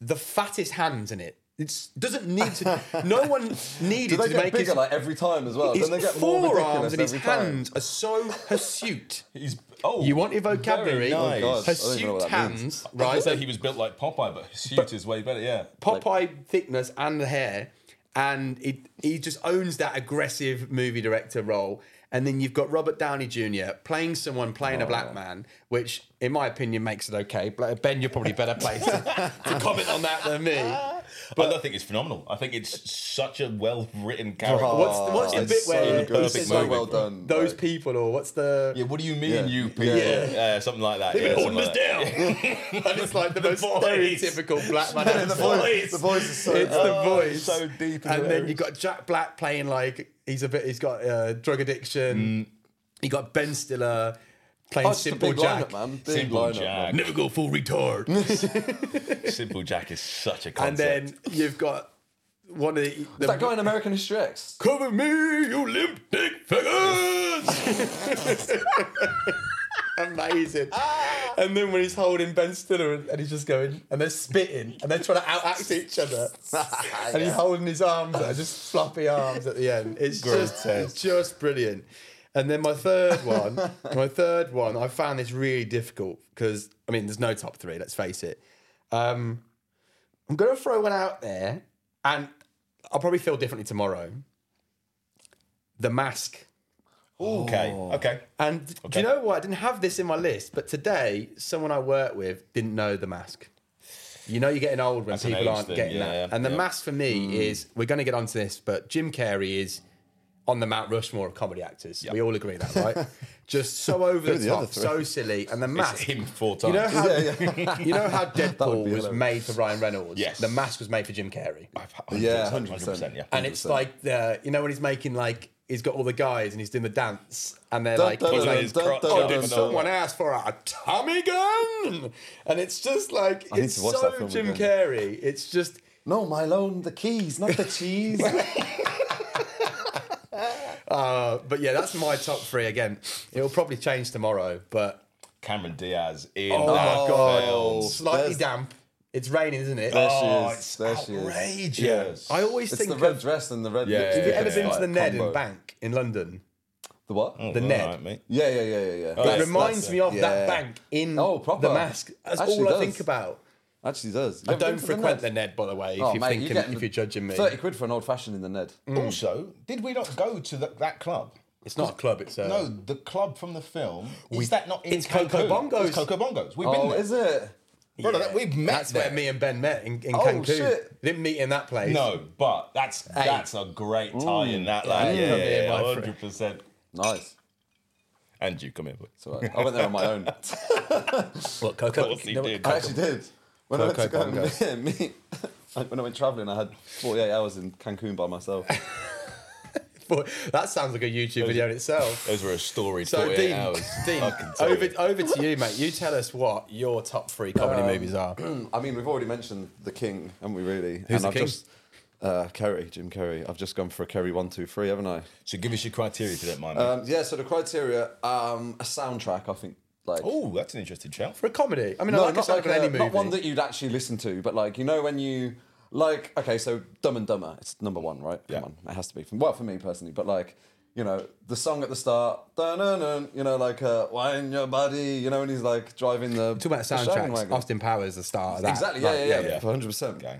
S1: the fattest hands in it. It doesn't need to. no one needed
S3: Do they
S1: to
S3: get
S1: make
S3: bigger
S1: his,
S3: like every time as well?
S1: his
S3: Don't they get more ridiculous
S1: forearms and his
S3: every time?
S1: hands are so hirsute.
S4: He's oh,
S1: You want your vocabulary?
S4: Very nice.
S3: Oh, God. I don't even know
S1: Hirsute
S3: what that means.
S1: hands,
S4: I
S1: right?
S4: say he was built like Popeye, but his suit is way better. Yeah,
S1: Popeye thickness and the hair, and it, he just owns that aggressive movie director role. And then you've got Robert Downey Jr. playing someone playing a
S3: Oh.
S1: black man, which, in my opinion, makes it okay. But Ben, you're probably better placed to, to comment on that than me.
S4: but I don't think it's phenomenal. I think it's such a well-written character.
S3: Oh,
S1: What's the, what's the bit
S3: it's
S1: where
S4: so good.
S1: he
S3: it's
S1: says,
S3: so
S4: movie,
S3: well
S4: bro.
S3: done?
S1: those
S3: like-
S1: people, or what's the?
S4: Yeah, what do you mean,
S3: Yeah.
S4: you people?
S1: Yeah.
S4: Uh, something like that.
S1: They've
S4: yeah,
S1: been holding
S4: something
S1: us down, and it's like the, most
S4: voice.
S1: stereotypical black man.
S3: the voice, the voice is so.
S1: It's
S3: good.
S1: the voice.
S4: Oh, so
S1: And
S4: deep and
S1: then
S4: hilarious.
S1: you got Jack Black playing like he's a bit. He's got uh, drug addiction.
S4: Mm.
S1: You got Ben Stiller playing
S3: Oh, it's a
S1: Simple
S3: big
S1: Jack.
S3: lineup, man. Big
S4: Simple
S3: lineup, man.
S4: Jack.
S1: Never go full retard.
S4: Simple Jack is such a
S1: and
S4: concept.
S1: then you've got one of the. the
S3: That guy in American History X.
S1: Cover me, you limp dick fingers! Amazing. And then when he's holding Ben Stiller and, and he's just going, and they're spitting and they're trying to out act each other. and he's holding his arms out, just floppy arms at the end. It's just, it's just brilliant. And then my third one, my third one, I found this really difficult because I mean, there's no top three. Let's face it. Um, I'm gonna throw one out there, and I'll probably feel differently tomorrow. The mask.
S4: okay,
S1: Oh.
S4: okay.
S1: And do
S4: Okay.
S1: you know what? I didn't have this in my list, but today someone I work with didn't know the mask. You know, you're getting old when
S4: an
S1: people
S4: age
S1: aren't
S4: thing,
S1: getting
S4: yeah, Hmm.
S1: that.
S4: yeah,
S1: and the
S4: yeah.
S1: mask for me is we're going to get onto this, but Jim Carrey is on the Mount Rushmore of comedy actors. We all agree that, right? Just so over the,
S3: the other
S1: top,
S3: three?
S1: so silly, and the mask.
S4: It's him four
S1: You
S4: times.
S1: know how you know how Deadpool
S3: be
S1: was
S3: hilarious.
S1: made for Ryan Reynolds.
S4: Yes.
S1: the mask was made for Jim Carrey.
S3: Yeah,
S4: 100%. Yeah.
S1: And it's like the you know when he's making like he's got all the guys and he's doing the dance and they're
S3: Dun,
S1: like
S3: dun,
S1: he's
S3: dun,
S1: like
S4: his
S3: dun,
S4: crotch
S3: dun,
S4: up
S1: oh
S3: dun,
S1: did
S4: and
S3: dun.
S4: all that.
S1: someone ask for a Tommy gun and it's just like
S3: need
S1: it's
S3: to watch
S1: so
S3: that film
S1: Jim
S3: again.
S1: Carrey it's just
S3: No, my loan, the keys, not the cheese.
S1: uh, but yeah that's my top three again it'll probably change tomorrow but
S4: Cameron Diaz in
S1: oh
S4: that
S1: my god
S4: film.
S1: slightly
S3: There's-
S1: damp it's raining isn't it
S3: There she
S4: Oh,
S3: is,
S4: it's
S3: there she is.
S4: outrageous.
S1: I always
S3: It's
S1: think
S3: the
S1: of,
S3: red dress and the red.
S4: Yeah,
S3: lips.
S4: yeah,
S1: have you ever
S4: yeah,
S1: been
S4: yeah.
S1: to the Ned
S3: Combo.
S1: in Bank in London
S3: The what?
S1: the
S4: All
S1: Ned
S4: right, mate.
S3: Yeah, yeah, yeah, yeah. yeah.
S1: Oh, it
S4: Oh. that's-
S1: reminds
S4: that's
S1: me of
S3: yeah.
S1: that bank in
S3: Oh, proper.
S1: the mask that's
S3: Actually
S1: all I
S3: does.
S1: think about
S3: Actually, does. You
S1: I
S3: ever been
S1: don't
S3: to
S1: frequent the
S3: Ned?
S1: Ned, by the way. If
S3: Oh,
S1: you're
S3: mate,
S1: thinking,
S3: getting
S1: if you're judging me,
S3: thirty quid for an old fashioned in the Ned.
S1: Mm.
S4: Also, did we not go to the, that club?
S1: it's not a club. It's a
S4: No, the club from the film. is that not in
S1: it's Coco
S4: Cancun?
S1: Bongos.
S4: It's Coco Bongos. We've been
S3: Oh,
S4: there.
S3: is it?
S4: Brother, that- we've met
S1: That's
S4: there.
S1: where me and Ben met in, in
S3: Oh,
S1: Cancun.
S3: shit.
S1: We Didn't meet in that place.
S4: No, but that's that's a great tie in that like yeah,
S1: come here,
S4: yeah,
S1: my friend.
S4: hundred percent.
S3: Nice.
S4: And you come here, boy.
S3: It's all right. I went there on my own.
S1: what Coco?
S4: Of course he
S1: you know
S4: did.
S3: I actually did. When I went to
S1: Coco
S3: go and
S1: Bongo.
S3: yeah, me, when I went travelling, I had 48 hours in Cancun by myself.
S1: what? That sounds like a YouTube video in itself.
S4: Those were a story.
S1: So
S4: forty-eight
S1: Dean,
S4: hours.
S1: Dean,
S4: I can tell
S1: over
S4: you.
S1: over to you, mate. You tell us what your top three comedy
S3: Um,
S1: movies are.
S3: I mean, we've already mentioned the King, haven't we? Really? and
S1: the
S3: I've
S1: king?
S3: just uh, Kerry, Jim Kerry. I've just gone for a Kerry one, two, three, haven't I?
S4: So give us your criteria if you don't mind.
S3: Um, yeah. So the criteria, um, a soundtrack. I think like
S4: oh, that's an interesting shout.
S1: For a comedy, I mean,
S3: No,
S1: I like
S3: not
S1: a like
S3: like
S1: any
S3: a-
S1: movie.
S3: not one that you'd actually listen to, but like you know when you like okay, so Dumb and Dumber, it's number one, right?
S4: Yeah.
S3: Come on, it has to be. From, well, for me personally, but like you know the song at the start, dun-dun-dun, you know like uh, "Wine Your Body," you know, and he's like driving the
S1: Talk about
S3: the Sherman
S1: soundtracks.
S3: wagon.
S1: Austin Powers, the star of that.
S3: Exactly. Yeah,
S1: Like,
S3: yeah, yeah,
S4: yeah.
S3: For hundred percent.
S4: Okay.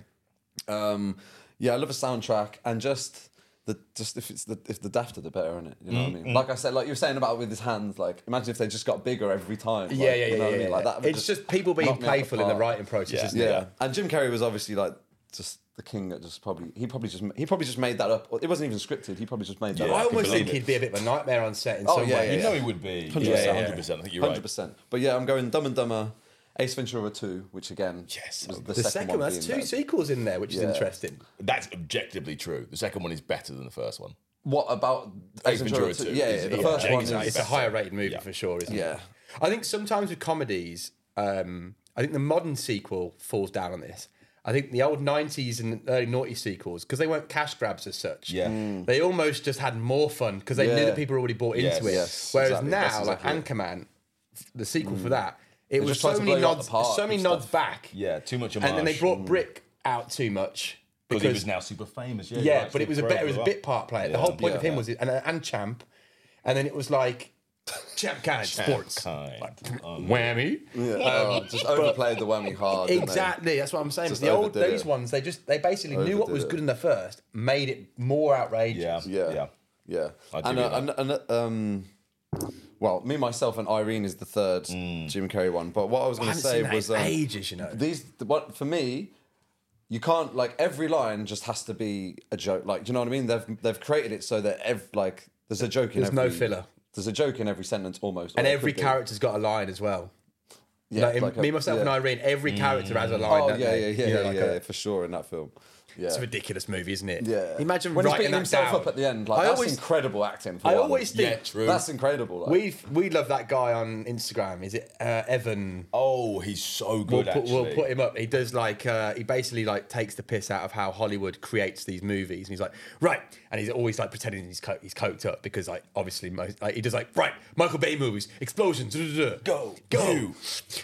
S3: Um, yeah, I love a soundtrack and just the just if it's the if the dafter the better, is it? You know
S1: Mm,
S3: what I mean? Like I said, like you were saying about with his hands, like imagine if they just got bigger every time. like,
S1: yeah, yeah,
S3: you
S1: yeah.
S3: know what
S1: yeah,
S3: I mean? Like that.
S1: yeah.
S3: would
S1: It's just people being
S3: knock me out the
S1: playful in the
S3: park.
S1: writing process,
S4: Yeah.
S1: isn't
S3: Yeah.
S1: it?
S3: and Jim Carrey was obviously like just the king that just probably he probably just he probably just made that up. It wasn't even scripted. He probably just made that.
S4: Yeah, I
S1: I
S3: up.
S1: almost
S4: believe
S1: think
S4: it.
S1: he'd be a bit of a nightmare on set in
S3: Oh,
S1: some
S3: yeah,
S1: way.
S3: yeah,
S4: You
S3: yeah.
S4: know he would be. 100%.
S3: 100%.
S4: Yeah, 100%. I think you're
S3: Hundred
S4: right.
S3: percent. But yeah, I'm going Dumb and Dumber, Ace Ventura Two, which again
S4: Yes,
S3: was the,
S1: The
S3: second,
S1: second,
S3: one.
S1: one, that's
S3: being
S1: two
S3: bad.
S1: sequels in there, which is
S3: Yeah.
S1: interesting.
S4: That's objectively true. The second one is better than the first one.
S3: What about Ace Ventura Two? Yeah, yeah,
S4: is-
S3: the
S4: yeah,
S3: first one
S4: James Ace.
S1: It's
S3: is
S1: a higher rated movie
S4: Yeah.
S1: for sure, isn't it?
S3: yeah.
S1: I think sometimes with comedies, um, I think the modern sequel falls down on this. I think the old 90s and early naughty sequels, because they weren't cash grabs as such. Mm.
S4: Yeah.
S1: They almost just had more fun because they knew
S3: Yeah.
S1: that people were already bought
S4: Yes.
S1: into it.
S3: Yes,
S1: Whereas
S3: exactly.
S1: now,
S3: That's
S1: like
S3: exactly
S1: Anchorman, f- the sequel for that, it was
S3: just tried
S1: so
S3: to
S1: many
S3: blow you out
S1: nods,
S3: the park
S1: so many
S3: and
S1: nods
S3: stuff.
S1: back.
S4: Yeah, too much homage.
S1: And then they brought Brick out too much.
S4: But he was
S1: Mm. Because
S4: now super famous. Yeah,
S1: yeah, but it was a bit, it was a bit part player. The whole point of him was and and champ, and then it was like champ can sports whammy.
S3: Oh, just overplayed the whammy hard. didn't they?
S1: Exactly, that's what I'm saying.
S3: Just
S1: the old
S3: overdid
S1: those
S3: it.
S1: ones, they just they basically knew what
S3: Overdid
S1: was
S3: it.
S1: good enough first, made it more outrageous.
S4: Yeah, yeah,
S3: Yeah.
S4: yeah.
S3: Yeah.
S4: do
S3: And,
S4: get
S3: uh, and, and uh, um, well, me, myself, and Irene is the third Jim Carrey one. But what I was
S1: I
S3: going to
S1: haven't seen
S3: say
S1: that
S3: was
S1: in
S3: um,
S1: ages, you know.
S3: these. The, what for me, you can't like every line just has to be a joke. Like, do you know what I mean? They've they've created it so that ev like there's a joke in
S1: There's no
S3: every,
S1: filler.
S3: There's a joke in every sentence almost, or
S1: and
S3: there
S1: every
S3: could be.
S1: character's got a line as well.
S3: Yeah,
S1: like in,
S3: like a-
S1: me, myself,
S3: yeah.
S1: and Irene, every character has a line.
S3: Oh
S1: don't
S3: yeah, yeah,
S1: they?
S3: yeah,
S1: You know,
S3: yeah,
S1: like
S3: yeah,
S1: a-
S3: for sure in that film. Yeah.
S1: It's a ridiculous movie, isn't it?
S3: yeah.
S1: Imagine
S3: when he's
S1: writing
S3: beating
S1: that
S3: himself
S1: down.
S3: up at the end. Like
S1: I
S3: that's
S1: always-
S3: incredible acting. For
S1: I
S3: one.
S1: always think Yeah, true.
S3: that's incredible. Like.
S1: We we love that guy on Instagram. Is it uh, Evan?
S4: Oh, he's so good.
S1: We'll put,
S4: actually,
S1: we'll put him up. He does like uh, he basically like takes the piss out of how Hollywood creates these movies, and he's like, right, and he's always like pretending he's co- he's coked up because like obviously most like he does like right Michael Bay movies, explosions, duh, duh, duh.
S4: Go,
S1: go,
S4: you.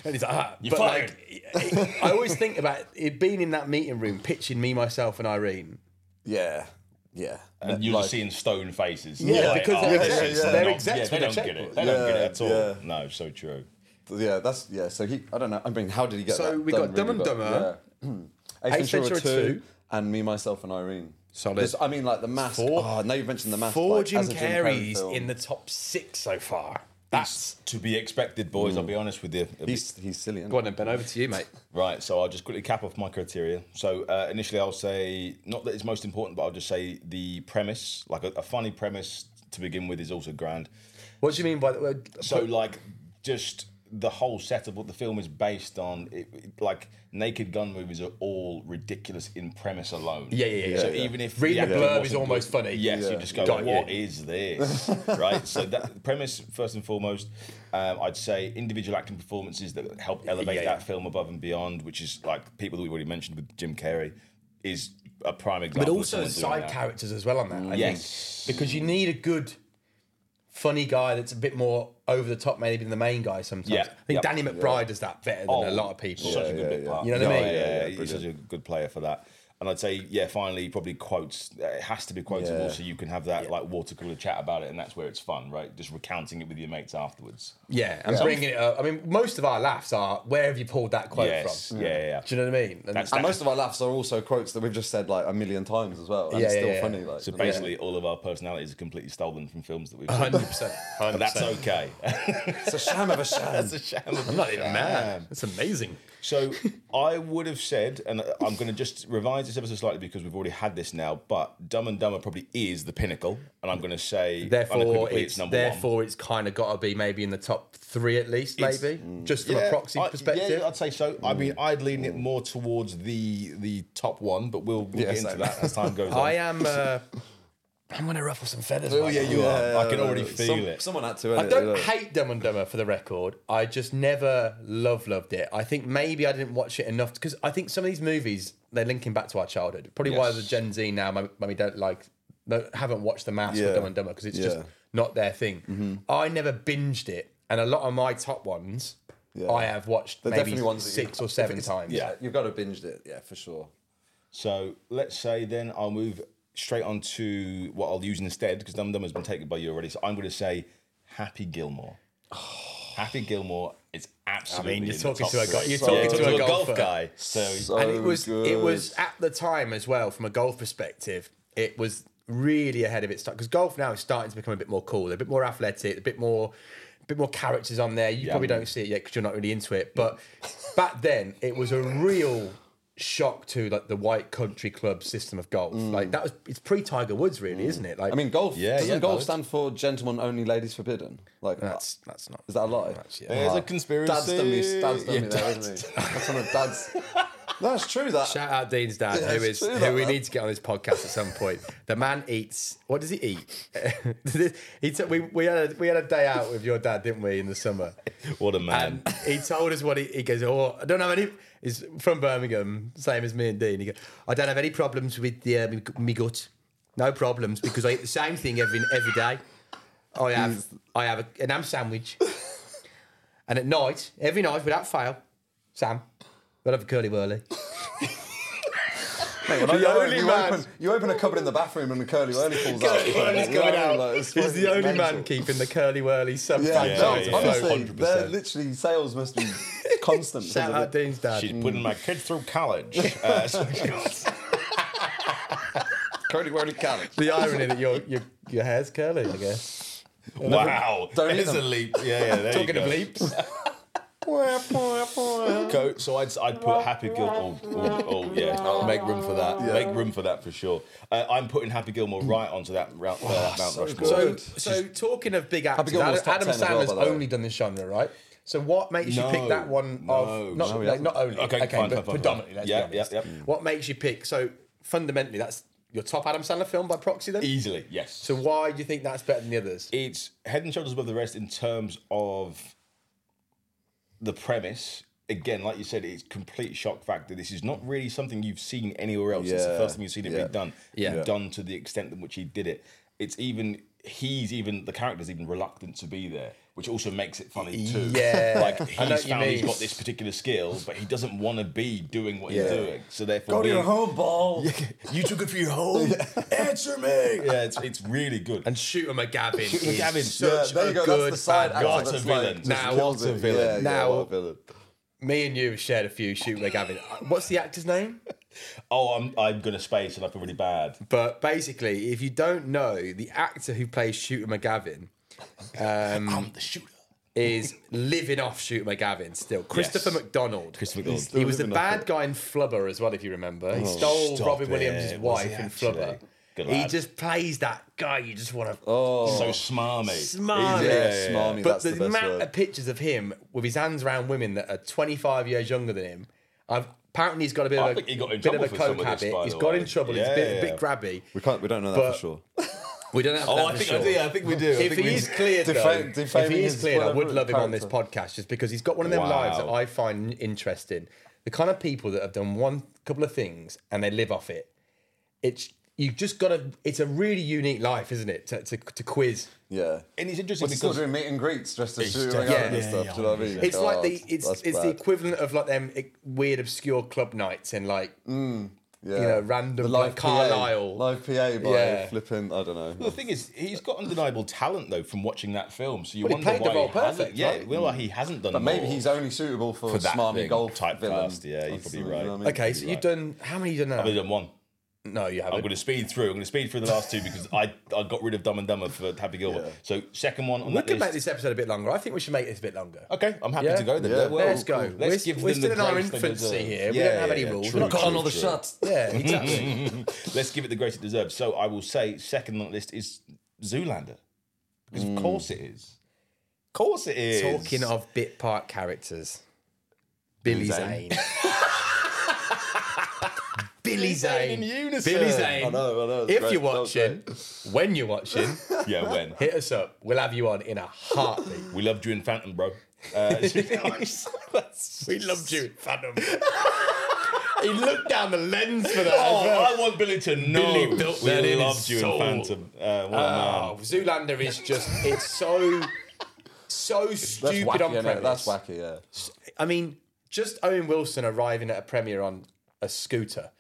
S1: and he's like, ah.
S4: You're
S1: but
S4: fired.
S1: like I always think about it being in that meeting room, pitching me, myself, and Irene.
S3: yeah, yeah.
S4: and you're
S3: Like-
S4: just seeing stone faces.
S1: Yeah,
S4: Like,
S1: because
S4: oh,
S1: they're
S4: this
S1: execs.
S4: is
S1: They're
S4: not-
S1: execs
S4: Yeah, they
S1: with
S4: don't
S1: a
S4: get it.
S1: checkbook.
S4: They don't get it at all.
S3: Yeah,
S4: No, so true.
S3: Yeah, that's yeah. So he, I don't know. I mean, how did he get?
S1: So
S3: that
S1: we
S3: done,
S1: got Dumb
S3: really,
S1: and
S3: but,
S1: Dumber.
S3: Yeah. Ace Ventura,
S1: Ventura
S3: 2,
S1: 2,
S3: and me, myself, and Irene.
S1: Solid.
S3: Just- I mean, like the mask.
S1: Four-
S3: oh, now you've mentioned the mask.
S1: Four
S3: like,
S1: Jim
S3: as a Carrey
S1: Carreys
S3: film.
S1: in the top six so far. That's
S4: To be expected, boys. I'll be honest with you.
S1: Mm.
S3: He's he's silly. Isn't
S1: go on then, Ben. Over to you, mate.
S4: Right, so I'll just quickly cap off my criteria. So uh, initially, I'll say not that it's most important, but I'll just say the premise, like a, a funny premise to begin with, is also grand.
S1: What do you mean by the uh,
S4: So like, just the whole set of what the film is based on, it, it- like Naked Gun movies are all ridiculous in premise alone.
S1: Yeah, yeah, yeah,
S4: So
S1: yeah.
S4: even if
S1: Reading the
S4: the acting
S1: blurb is
S4: wasn't
S1: almost
S4: good-
S1: funny.
S4: yes, you
S1: Yeah.
S4: just go,
S1: Got
S4: what
S1: you.
S4: is this? right. So that premise first and foremost. Um, I'd say individual acting performances that help elevate
S1: Yeah, yeah.
S4: that film above and beyond, which is like people that we've already mentioned with Jim Carrey, is a prime example.
S1: but
S4: of
S1: also
S4: someone doing
S1: side
S4: that.
S1: characters as well on that. I
S4: Yes.
S1: think. because you need a good, funny guy that's a bit more over the top, maybe than the main guy. Sometimes
S4: Yeah.
S1: I think
S4: Yep.
S1: Danny McBride does that better than a
S4: Oh,
S1: lot of people.
S4: Such a good bit part.
S1: You know what I mean?
S4: Yeah,
S1: Yeah,
S4: yeah,
S3: yeah,
S4: He's such a good player for that. And I'd say, yeah, finally, probably quotes. uh, It has to be quotable,
S3: Yeah.
S4: so you can have that like water cooler chat about it, and that's where it's fun, right? Just recounting it with your mates afterwards.
S1: Yeah, and bringing it up. I mean, most of our laughs are where have you pulled that quote
S4: yes,
S1: from?
S4: yeah, yeah, yeah.
S1: Do you know what I mean? And
S4: That's-
S3: And most of our laughs are also quotes that we've just said like a million times as well, and
S1: Yeah,
S3: it's
S1: yeah,
S3: still
S1: yeah.
S3: funny. Like,
S4: So basically, all of our personalities are completely stolen from films that we've seen.
S1: 100%.
S4: But that's okay.
S3: it's a sham of a sham.
S4: that's a sham.
S1: I'm not even mad. That's amazing.
S4: So I would have said, and I'm going to just revise this ever so slightly because we've already had this now. But Dumb and Dumber probably is the pinnacle, and I'm going to say
S1: Therefore,
S4: unequivocally
S1: it's, therefore it's kind of got to be maybe in the top three at least,
S4: It's- Mm.
S1: maybe just from a
S4: Yeah,
S1: proxy
S4: I-
S1: perspective. Mm.
S4: Yeah, I'd say so. I mean, I'd lean it more towards the the top one, but we'll, we'll
S3: Yeah,
S4: get into
S3: same.
S4: that as time goes on.
S1: I am. Uh, I'm gonna ruffle some feathers.
S4: Oh
S1: right
S4: yeah,
S1: now.
S4: you are. I can already feel
S3: Some-
S4: it.
S3: Someone had to.
S1: I don't hate Dumb and Dumber for the record. I just never love loved it. I think maybe I didn't watch it enough because I think some of these movies they're linking back to our childhood. Probably why
S4: Yes.
S1: the Gen Z now may- maybe don't like don't- haven't watched the mass
S3: Yeah.
S1: for Dumb and Dumber because it's just
S3: Yeah. Mm-hmm.
S1: not their thing. I never binged it, and a lot of my top ones
S3: Yeah.
S1: I have watched
S3: They're
S1: maybe
S3: definitely ones that you-
S1: six or seven
S3: it's-
S1: times.
S4: yeah.
S3: You've got to binge it, yeah, for sure.
S4: So let's say then I'll move straight on to what I'll use instead because Dum Dum has been taken by you already. So I'm going to say Happy Gilmore. Happy Gilmore is absolutely.
S1: you're
S4: in the
S1: talking
S4: top
S1: to a guy-
S4: three.
S1: you're talking
S4: Yeah,
S1: to a golfer.
S4: golf guy. So
S1: and it
S3: So
S1: was it
S3: Oh, good.
S1: was at the time as well from a golf perspective it was really ahead of its time because golf now is starting to become a bit more cool a bit more athletic a bit more a bit more characters on there you probably don't see it yet because you're not really into it but back then it was a real shock to like the white country club system of golf like that was it's pre-tiger woods really isn't it like
S3: Mm. I mean, golf.
S4: Yeah,
S3: doesn't
S4: yeah,
S3: golf
S4: valid.
S3: stand for gentlemen only, ladies forbidden? Like
S1: that's that's not
S3: Is that a lie?
S1: That's- yeah.
S4: there's a conspiracy.
S3: Dad's done me, dad's done
S4: Yeah,
S3: me there,
S4: dad-
S3: hasn't he? That's one of dad's. That's true. That
S1: Shout out Dean's dad, who is
S3: it's true,
S1: who
S3: that
S1: we
S3: man.
S1: need to get on this podcast at some point. The man eats. What does he eat? he took, we we had a, we had a day out with your dad, didn't we, in the summer?
S4: What a man.
S1: And he told us what he, he goes. Oh, I don't have any. He's from Birmingham, same as me and Dean. He goes, I don't have any problems with the, uh, me, me gut. No problems because I eat the same thing every every day. I have I have a, an ham sandwich, and at night, every night without fail, Sam, I'll have a curly whirly.
S3: Mate, when I
S1: The
S3: go
S1: only
S3: home, you,
S1: man-
S3: open, you open a cupboard in the bathroom and curly whirly falls out.
S1: Curly Whirly's
S3: You know
S1: coming
S3: what I mean?
S1: out.
S3: Like, it's
S1: He's the
S3: fucking
S1: only man
S3: mental.
S1: keeping the curly whirly sub
S3: Yeah,
S4: Yeah,
S3: no,
S4: yeah, yeah.
S3: honestly, they're
S4: 100%.
S3: literally sales must be constant. because
S1: Shout
S3: of
S1: out
S3: it.
S1: Dean's dad.
S4: She's putting my kid through college. Uh, so-
S3: Curly whirly cabbage.
S1: the irony that your your your hair's curly, I guess.
S4: wow.
S3: Don't eat
S4: There's a
S3: them.
S4: leap. Yeah, yeah. There
S1: Talking
S4: you
S1: of
S4: go.
S1: leaps,
S4: Go- so I'd, I'd put Happy Gilmore. Oh, oh, oh, yeah, make room for that. Make room for that for sure. Uh, I'm putting Happy Gilmore right onto that route, uh, Mount Rushmore.
S1: Oh, so so talking of big actors,
S3: Gilmore's
S1: Adam,
S3: top
S1: Adam
S3: 10 as well,
S1: Sandler's
S3: by the way.
S1: only done this genre, right? So what makes you pick
S4: No,
S1: that one
S4: no,
S1: of not
S4: no, he
S1: like, not only
S4: Okay,
S1: okay,
S4: fine,
S1: but
S4: fine, fine,
S1: predominantly?
S4: fine.
S1: Let's
S4: Yeah,
S1: be honest.
S4: yeah, yeah.
S1: What makes you pick? So fundamentally, that's your top Adam Sandler film by proxy, then.
S4: easily, yes.
S1: So why do you think that's better than the others?
S4: it's head and shoulders above the rest in terms of the premise. Again, like you said, it's complete shock factor. This is not really something you've seen anywhere else. It's the
S3: Yeah,
S4: first time you've seen it
S3: yeah.
S4: being done.
S1: Yeah.
S4: And Done to the extent in which he did it. It's even he's even the character's even reluctant to be there, which also makes it funny too.
S1: Yeah.
S4: Like
S1: I know
S4: he's
S1: what you
S4: found he's
S1: mean.
S4: got this particular skill, but he doesn't want to be doing what he's
S3: Yeah.
S4: doing. So therefore
S3: Go to your
S4: being-
S3: home ball.
S4: You too good for your home. Answer me. Yeah, it's, it's really good.
S1: And Shooter McGavin. Shooter
S4: McGavin,
S1: such
S3: yeah, there you
S1: a
S3: go, that's
S1: good
S3: the side
S1: bad
S3: actor
S1: guy.
S4: What a
S3: that's
S4: villain.
S3: like, just
S1: Now-
S3: kills
S4: What a
S3: it.
S4: villain.
S3: Yeah, yeah,
S1: Now-
S3: what a villain.
S1: Me and you have shared a few Shooter McGavin. uh, What's the actor's name?
S4: Oh, I'm I'm gonna space and I feel really bad.
S1: But basically, if you don't know, the actor who plays Shooter McGavin
S4: I'm the shooter.
S1: is living off Shooter Magavin still. Christopher McDonald.
S4: Christopher Gold.
S1: He was the bad guy in Flubber as well, if you remember. He stole
S4: Oh, stop
S1: Robin Williams'
S4: it. Was
S1: wife
S4: he
S1: in Flubber.
S4: actually? Good
S1: He
S4: lad.
S1: just plays that guy you just want to.
S4: so smarmy.
S1: Smarmy.
S3: Yeah,
S4: He's-
S3: smarmy.
S1: but
S3: That's
S1: the,
S3: the best
S1: amount
S3: word.
S1: of pictures of him with his hands around women that are 25 years younger than him. I've, apparently, he's got a bit of
S4: I
S1: a,
S4: think he got in
S1: bit of
S4: trouble
S1: a
S4: for some
S1: coke
S4: of this,
S1: habit.
S4: by
S1: He's
S4: the
S1: got
S4: way.
S1: in trouble. He's a bit, a
S4: Yeah.
S1: bit grabby.
S3: We can't. We don't know that
S1: But-
S3: for sure.
S1: We don't have to
S4: Oh,
S1: know
S4: I
S1: for
S4: think
S1: sure.
S4: I do. I think we do. I
S1: If
S4: think we
S1: he is cleared,
S3: Defa-
S1: though, if
S3: defaming
S1: he is
S3: his
S1: cleared, I would
S3: whatever
S1: love him on this
S3: character.
S1: podcast just because he's got one of them
S4: Wow.
S1: lives that I find interesting. The kind of people that have done one couple of things and they live off it. It's you've just got to. It's a really unique life, isn't it? To, to, to quiz.
S3: Yeah.
S4: and it's interesting
S3: We're still
S4: because
S3: doing meet and greets just to
S4: It's
S3: shoot
S4: just-
S3: yeah, and
S1: yeah,
S3: stuff. do you know what I mean?
S1: It's like
S3: God,
S1: the it's
S3: that's
S1: it's the
S3: bad.
S1: equivalent of like them eh, weird obscure club nights and like
S3: yeah.
S4: Uh,
S1: you know random like Carlisle.
S3: PA, live PA by
S1: Yeah.
S3: flipping. I don't know.
S4: the thing is, he's got undeniable talent though from watching that film. So you
S1: Well, he
S4: wonder
S1: played the
S4: why
S1: role
S4: he hasn't.
S1: perfect,
S4: Yeah,
S1: right?
S4: well, he hasn't done.
S3: But maybe
S4: more
S3: he's only suitable for,
S4: for that
S3: smarmy
S4: thing,
S3: golf
S4: typecast.
S3: villain.
S4: Yeah, you're probably
S3: You know
S4: right.
S3: what I mean?
S1: okay, so you've done how many you done now?
S4: I've only done one.
S1: no, you
S4: I'm
S1: haven't.
S4: going to speed through. I'm going to speed through the last two because I, I got rid of Dumb and Dumber for Happy Gilmore. So second one on
S1: We
S4: that
S1: could
S4: list.
S1: make this episode a bit longer. I think we should make this a bit longer.
S4: Okay, I'm happy
S1: Yeah.
S4: to go then.
S3: Yeah.
S4: Oh, Well,
S1: Let's go.
S4: Let's
S1: We're-
S4: give
S1: we're
S4: them
S1: still
S4: the
S1: in our
S4: grace they
S1: infancy
S4: deserve.
S1: here. We don't have any rules. We've not got on all the shots. Yeah, exactly.
S4: Let's give it the grace it deserves. So I will say, second on the list is Zoolander, because of course it is. Of course it is.
S1: Hmm. Talking of bit part characters, Billy Zane. Billy
S4: in
S1: Zane.
S4: unison.
S1: Billy Zane.
S3: I know, I know, it's
S1: If
S3: great.
S1: you're
S3: That was
S1: watching, when you're watching,
S4: yeah, when
S1: hit us up. We'll have you on in a heartbeat.
S4: we loved you in Phantom, bro. Uh,
S1: We loved you, Phantom. he looked down the lens for that. as well.
S4: oh, I want Billy to know
S1: Billy built
S4: we
S1: that in
S4: loved
S1: his
S4: you
S1: soul.
S4: in Phantom. Uh, what a man.
S1: Oh, Zoolander is just, it's so, so
S3: That's
S1: stupid
S3: wacky,
S1: on
S3: innit?
S1: premise.
S3: That's wacky, yeah.
S1: I mean, just Owen Wilson arriving at a premiere on a scooter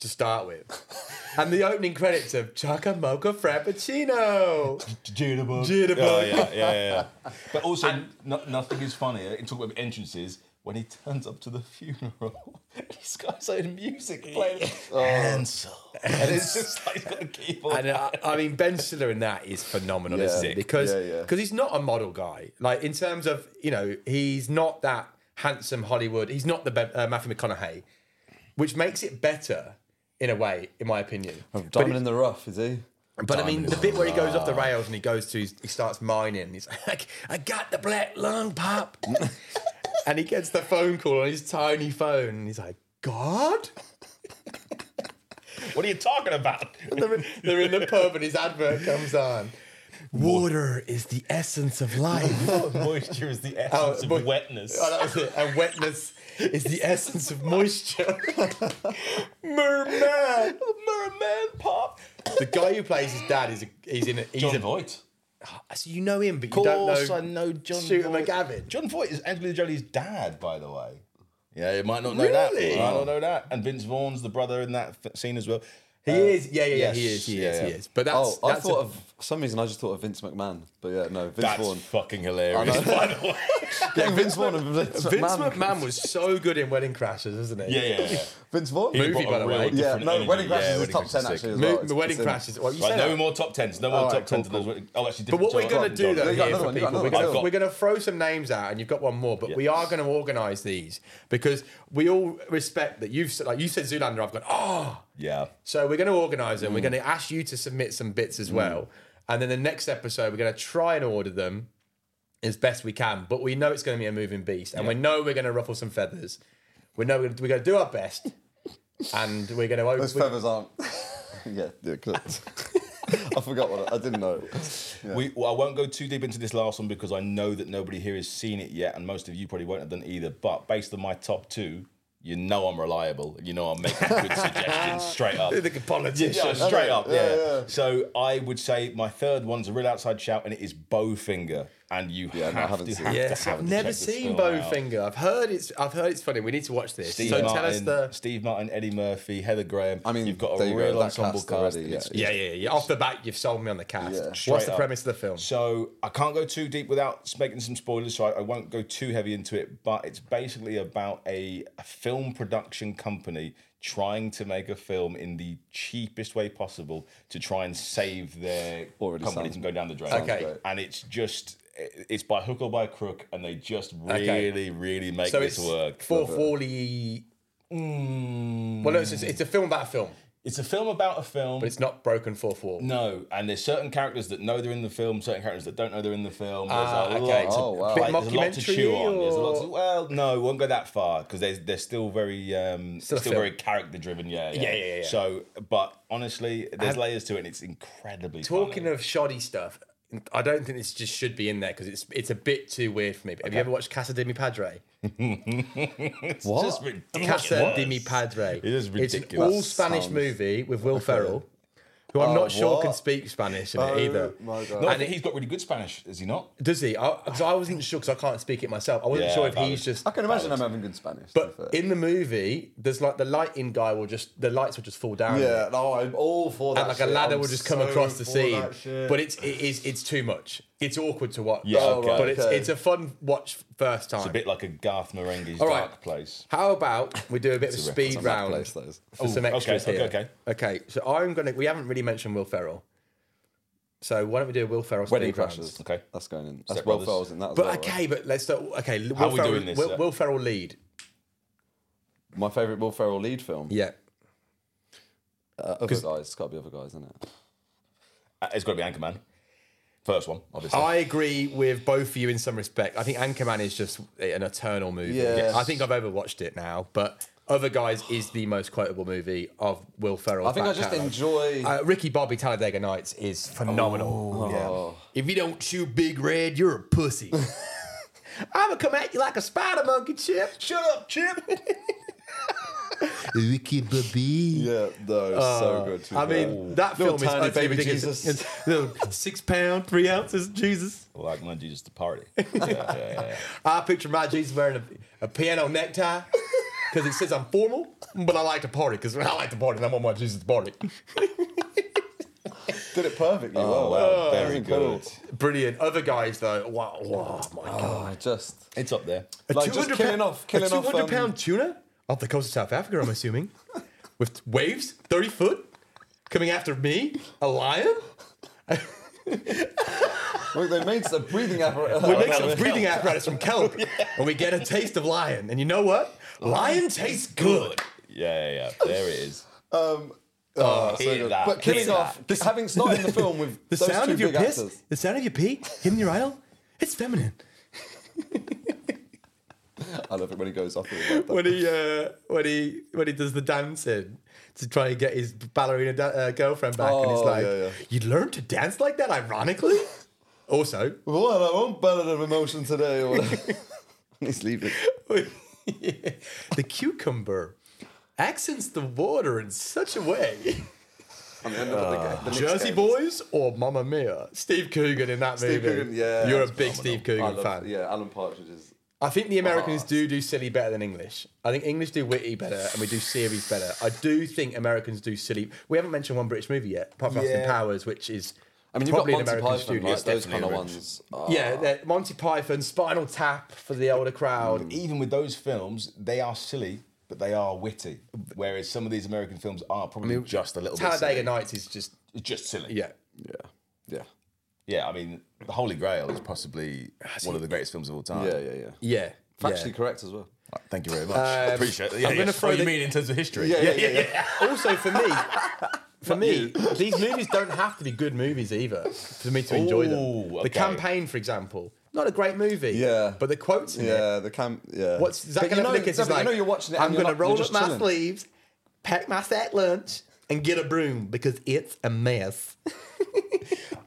S1: to start with. and the opening credits of Chaka Mocha Frappuccino.
S4: Jitterbug.
S1: Jitterbug.
S4: Oh, yeah, yeah, yeah. yeah. But also, no, nothing is funnier in talking about entrances when he turns up to the funeral. He's got his own music playing. Hansel. And it's just like he's got a keyboard.
S1: And I, I mean, Ben Stiller in that is phenomenal,
S3: Yeah.
S1: isn't it? Because
S3: Yeah, yeah.
S1: cause he's not a model guy. Like, in terms of, you know, he's not that handsome Hollywood. He's not the Ben- uh, Matthew McConaughey, which makes it better in a way, in my opinion.
S3: Diamond in the rough, is he?
S1: But I mean, the bit where he goes off the rails and he goes to, he starts mining. He's like, I got the black lung pop. and he gets the phone call on his tiny phone. And he's like, God?
S4: What are you talking about?
S1: They're in, they're in the pub and his advert comes on. Water is the essence of life.
S4: Moisture is the essence
S1: mo-
S4: of wetness.
S1: Oh, that was it. And wetness is the essence of moisture. Merman.
S4: Merman pop.
S1: The guy who plays his dad is a, he's in a, he's a,
S4: Voight.
S1: so you know him, but you
S4: Of
S1: don't
S4: course,
S1: know.
S4: I know John.
S1: Shooter
S4: Voight.
S1: McGavin.
S4: John Voight is Angelina Jolie's dad, by the way. Yeah, you might not know that.
S1: Really?
S4: You might not know that. And Vince Vaughn's the brother in that f- scene as well.
S1: He is. Yeah, yeah, yeah. He
S4: yes,
S1: is. He
S4: yeah,
S1: is. He
S4: yeah.
S1: is. But that's.
S3: Oh, I
S1: that's
S3: thought
S1: a-
S3: of for some reason. I just thought of Vince McMahon, but yeah, no, Vince
S4: That's
S3: Vaughn.
S4: fucking hilarious, by the way.
S3: Yeah, Vince Vaughn and Vince,
S1: Vince
S3: McMahon.
S1: McMahon was so good in Wedding Crashers, isn't he?
S4: yeah, yeah, yeah.
S3: Vince Vaughn.
S1: Movie,
S4: brought a
S1: by the
S4: real
S1: way.
S4: different
S3: Yeah, no,
S4: energy.
S3: Wedding Crashers
S4: Yeah,
S3: is
S4: Wedding
S3: top
S4: Crashers
S3: ten
S4: is sick.
S3: actually. As
S1: Mo-
S3: well. It's-
S1: Wedding
S3: it's in-
S1: Crashers. Well, you
S4: Right,
S1: said
S4: no
S1: that.
S4: more top tens. No more
S3: All
S4: top
S3: right, cool,
S4: tens. of those. Oh, actually,
S1: But what we're
S4: different
S1: going to
S4: top
S1: do
S4: tens.
S1: though
S3: got
S1: here
S3: another
S1: for
S3: one, you got
S1: people,
S3: another
S1: we're
S3: one.
S1: going,
S4: I've
S1: to,
S4: got-
S1: we're going to throw some names out, and you've got one more. But we are going to organise these because we all respect that you've said- like you said Zoolander. I've gone oh,
S4: Yeah.
S1: so we're going to organise them. We're going to ask you to submit some bits as well, and then the next episode we're going to try and order them as best we can. But we know it's going to be a moving beast, and we know we're going to ruffle some feathers. We know we're going to do our best, and we're going to open.
S3: Those feathers aren't. yeah, yeah, good. I forgot what I, I didn't know.
S4: We, well, I won't go too deep into this last one because I know that nobody here has seen it yet, and most of you probably won't have done either. But based on my top two, you know I'm reliable. You know I'm making good suggestions straight up.
S1: the politician.
S4: Yeah, straight up, yeah.
S3: yeah.
S4: So I would say my third one's a real outside shout, and it is Bowfinger, and you
S3: Yeah,
S4: have,
S3: no, I haven't
S4: to,
S3: seen
S4: have
S3: it.
S4: to
S1: Yes,
S4: have
S1: I've
S4: to
S1: never
S4: check this
S1: seen
S4: film out.
S1: Bowfinger. I've heard it's. I've heard it's funny. We need to watch this.
S4: Steve
S1: so
S4: Martin,
S1: tell us the.
S4: Steve Martin, Eddie Murphy, Heather Graham.
S3: I mean,
S4: you've got
S3: there
S4: a
S3: you go,
S4: real
S3: that
S4: ensemble
S3: cast
S4: cast.
S3: already,
S4: and
S3: yeah.
S4: it's-
S1: Yeah, yeah, yeah. Off the bat, you've sold me on the cast.
S3: Yeah.
S1: What's
S4: Straight
S1: the
S4: up.
S1: premise of the film?
S4: So I can't go too deep without making some spoilers, so I, I won't go too heavy into it. But it's basically about a, a film production company trying to make a film in the cheapest way possible to try and save their
S3: Already
S4: company
S3: sounds-
S4: from going down the drain.
S1: Okay. great.
S4: and it's just it's by hook or by crook, and they just really,
S1: Okay.
S4: really make
S1: So
S4: this
S1: it's
S4: work.
S1: fourth wally. mm. Well, no, it's, it's, it's a film about a film,
S4: It's a film about a film.
S1: but it's not broken fourth wall.
S4: No, and there's certain characters that know they're in the film, certain characters that don't know they're in the film. There's
S1: Ah,
S4: a
S1: okay.
S4: lot, to,
S3: Oh, wow.
S4: like,
S1: Bit
S4: there's a lot to
S1: mockumentary
S4: chew on. There's a lot to,
S1: or-
S4: well, no, won't go that far because they're, they're still very um,
S1: Still a
S4: still,
S1: film.
S4: very character driven. Yeah yeah.
S1: Yeah, yeah, yeah.
S4: So, but honestly, there's layers to it, and it's incredibly
S1: Talking
S4: funny.
S1: of shoddy stuff, I don't think this just should be in there because it's it's a bit too weird for me. But Have you ever watched Casa de mi Padre?
S3: What?
S4: Just ridiculous.
S1: Casa de mi Padre. It
S4: is
S1: It's an
S4: ridiculous. Uh,
S1: all Spanish
S3: Sounds-
S1: movie with Will Ferrell, who I'm
S3: Oh,
S1: not sure
S3: what?
S1: can speak Spanish in
S3: Oh,
S1: it either.
S3: my God.
S4: No, I think he's got really good Spanish, is he not?
S1: Does he? Because I, wasn't sure because I can't speak it myself. I wasn't
S4: Yeah,
S1: sure if
S4: valid.
S1: he's just.
S3: I can imagine I'm having good Spanish. to be
S1: But
S3: fair.
S1: in the movie, there's like the lighting guy will just the lights will just fall down.
S3: yeah, no, I'm all for that.
S1: And like a
S3: shit.
S1: ladder
S3: I'm
S1: will just come
S3: so
S1: across the
S3: for
S1: scene,
S3: that shit.
S1: but it's it is it's too much. It's awkward to watch.
S4: Yeah, Oh, okay. right,
S1: but it's
S3: okay.
S1: it's a fun watch first time.
S4: A bit like a Garth Marenghi's
S1: right.
S4: Dark Place.
S1: How about we do a bit of a
S4: reference.
S1: speed
S3: It's a mad
S1: round
S3: place, that is.
S1: for some
S4: okay,
S1: extras
S4: okay,
S1: here?
S4: okay.
S1: okay. So I'm gonna. We haven't really mentioned Will Ferrell, so why don't we do a Will Ferrell
S3: Wedding
S1: speed round?
S3: crashes.
S4: Okay.
S3: that's going in. That's
S4: Step
S3: Will
S4: Brothers.
S3: Ferrell's in that. As
S1: But
S3: well, right?
S1: okay, but let's start. Okay, Will
S4: are we
S1: Ferrell,
S4: doing this?
S1: Will, Will Ferrell lead.
S3: my favorite Will Ferrell lead film.
S1: Yeah.
S3: uh, other guys. It's got to be other guys, isn't it?
S4: Uh, It's got to be Anchorman. First one, obviously.
S1: I agree with both of you in some respect. I think Anchorman is just an eternal movie.
S3: Yes.
S1: I think I've overwatched it now, but Other Guys is the most quotable movie of Will Ferrell.
S3: I think I just enjoy.
S1: Uh, Ricky Bobby Talladega Nights is phenomenal.
S3: Oh.
S1: If you don't chew Big Red, you're a pussy. I'm gonna come at you like a spider monkey, Chip. Shut up, Chip. Ricky Bobby.
S3: Yeah, no, it's so good. to be
S1: Uh, I
S3: fair.
S1: mean, that
S3: Little
S1: film is
S3: tiny
S1: utterly
S3: baby
S1: ridiculous.
S3: Jesus.
S1: It's little six pound, three ounces, Jesus.
S4: like my Jesus to party. Yeah, yeah, yeah.
S1: I picture my Jesus wearing a, a piano necktie because it says I'm formal, but I like to party because I like to party and I want my Jesus to party.
S3: did it perfectly.
S4: Oh,
S3: well,
S4: well,
S3: That was
S4: very
S3: incredible.
S4: good.
S1: Brilliant. Other guys though, wow, wow my god.
S3: Oh, just
S4: It's up there.
S3: like just
S1: 200
S3: killing
S1: pound-
S3: off, killing
S1: a 200
S3: off.
S1: pound
S3: um,
S1: tuna off the coast of South Africa, I'm assuming, with waves, 30 foot, coming after me, a lion.
S3: Look, they made some breathing uh, apparatus.
S1: We make some breathing apparatus from kelp, and we get a taste of lion. And you know what? Lion tastes good.
S4: Yeah, yeah, yeah. There it is.
S3: Um, oh, so
S4: hear
S3: good.
S4: that,
S3: But killing
S4: hear
S3: off,
S1: that.
S3: having started the film with
S1: The
S3: those
S1: sound
S3: two
S1: of your
S3: big
S1: piss,
S3: actors.
S1: the sound of your pee hitting your idol, it's feminine.
S3: I love it when he goes off. Like that.
S1: when he uh, when he when he does the dancing to try and get his ballerina da- uh, girlfriend back, and he's
S3: Oh,
S1: like,
S3: yeah, yeah.
S1: "You learned to dance like that, ironically." Also,
S3: Well, I won't ballad of emotion today. Or whatever. He's leaving.
S1: the cucumber accents the water in such a way.
S3: And then the- the- the next
S1: Jersey
S3: game.
S1: Boys or Mamma Mia? Steve Coogan in that
S3: Steve
S1: movie.
S3: Coogan, yeah.
S1: You're a
S3: That's
S1: big Steve
S3: I
S1: Coogan
S3: love-
S1: fan.
S3: Yeah, Alan Partridge is.
S1: I think the Americans do do silly better than English. I think English do witty better, and we do series better. I do think Americans do silly. We haven't mentioned one British movie yet, apart from Austin
S4: Yeah.
S1: Powers, which is
S3: I mean, you've
S1: probably
S3: got Monty
S1: an American
S3: Python,
S1: studio.
S3: like, those
S4: definitely
S3: kind of
S4: a
S3: ones. are-
S1: Yeah, they're- Monty Python, Spinal Tap for the older
S3: Mm.
S1: crowd.
S4: Even with those films, they are silly, but they are witty. Whereas some of these American films are probably just a little
S1: Talladega
S4: bit silly.
S1: Nights is just
S4: It's Just silly.
S1: yeah.
S3: yeah, yeah,
S4: Yeah, I mean, The Holy Grail is possibly one of the greatest films of all time.
S3: yeah, yeah, yeah.
S1: Yeah.
S3: Factually
S1: yeah.
S3: correct as well.
S4: Thank you very much.
S3: Um,
S4: I Appreciate it.
S1: Um,
S4: Yeah,
S1: I'm
S4: yeah.
S1: gonna throw
S4: oh, you
S1: the-
S4: mean in terms of history?
S3: Yeah, yeah, yeah. yeah.
S1: also for me for me these movies don't have to be good movies either for me to enjoy them
S4: Ooh,
S1: the
S4: okay.
S1: campaign for example not a great movie
S3: Yeah.
S1: but the quotes in it
S3: Yeah, the cam. Yeah.
S1: what's Zach
S3: But you know-
S1: Galifianakis
S3: no,
S1: is
S3: but
S1: like
S3: You know, you're watching it.
S1: I'm
S3: going
S1: gonna
S3: to
S1: roll up my sleeves pack my sack lunch and get a broom because it's a mess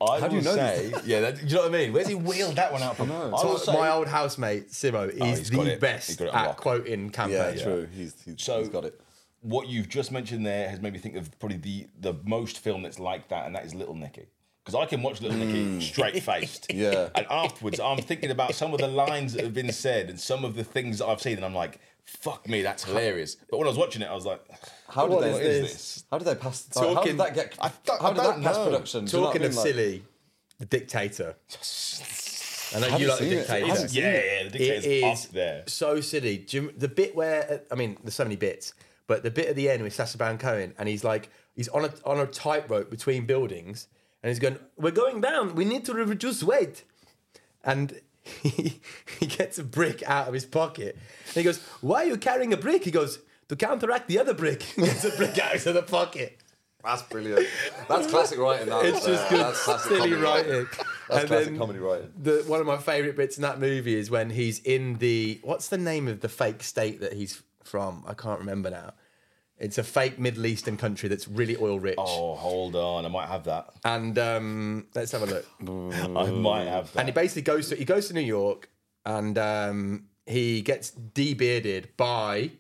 S4: I How
S3: do you know
S4: say, Yeah, that, do you know what I mean? Where's he wheeled that one out from? I will say-
S1: my old housemate Simo
S3: Oh,
S1: is
S4: he's got
S1: the
S4: it. He's
S1: best
S4: got it
S1: at
S4: unlocked.
S1: quoting
S3: Yeah,
S1: campaign
S3: true. He's, he's,
S4: So-
S3: he's got it.
S4: what you've just mentioned there has made me think of probably the the most film that's like that, and that is Little Nicky. Because I can watch Little Nicky straight faced.
S3: Mm. Yeah.
S4: And afterwards, I'm thinking about some of the lines that have been said and some of the things that I've seen, and I'm like, fuck me, that's hilarious. But when I was watching it, I was like,
S3: How did
S4: what
S3: they?
S4: is
S3: this?
S4: this?
S3: How did they pass? Talking, how
S1: Talking-
S3: did that get?
S4: I don't-
S3: how
S4: I
S3: did that
S4: don't
S3: pass
S4: know.
S3: production? Do you know what
S1: talking
S3: I mean?
S1: of
S3: Like,
S1: silly the dictator I know
S3: Have
S1: you
S3: you
S1: like the
S3: seen it? I
S1: dictator
S3: haven't seen
S4: Yeah, yeah, the
S1: It
S4: dictator's
S1: is
S4: up there.
S1: so silly. Do you, the bit where I mean, there's so many bits, but the bit at the end with Sacha Baron Cohen, and he's like, he's on a on a tightrope between buildings, and he's going, "We're going down. We need to re- reduce weight," and. He, he gets a brick out of his pocket and he goes, Why are you carrying a brick? He goes, To counteract the other brick. He gets a brick out of his other pocket.
S3: That's brilliant. That's classic writing. That
S1: It's
S3: there.
S1: just good,
S3: That's classic
S1: silly
S3: comedy
S1: writing.
S3: That's
S1: And
S3: classic
S1: then
S3: comedy writing.
S1: The, one of my favourite bits in that movie is when he's in the what's the name of the fake state that he's from? I can't remember now. It's a fake Middle Eastern country that's really oil rich.
S4: oh, hold on, I might have that.
S1: And um, let's have a look.
S4: I might have that.
S1: and he basically goes to he goes to New York and um, he gets de-bearded by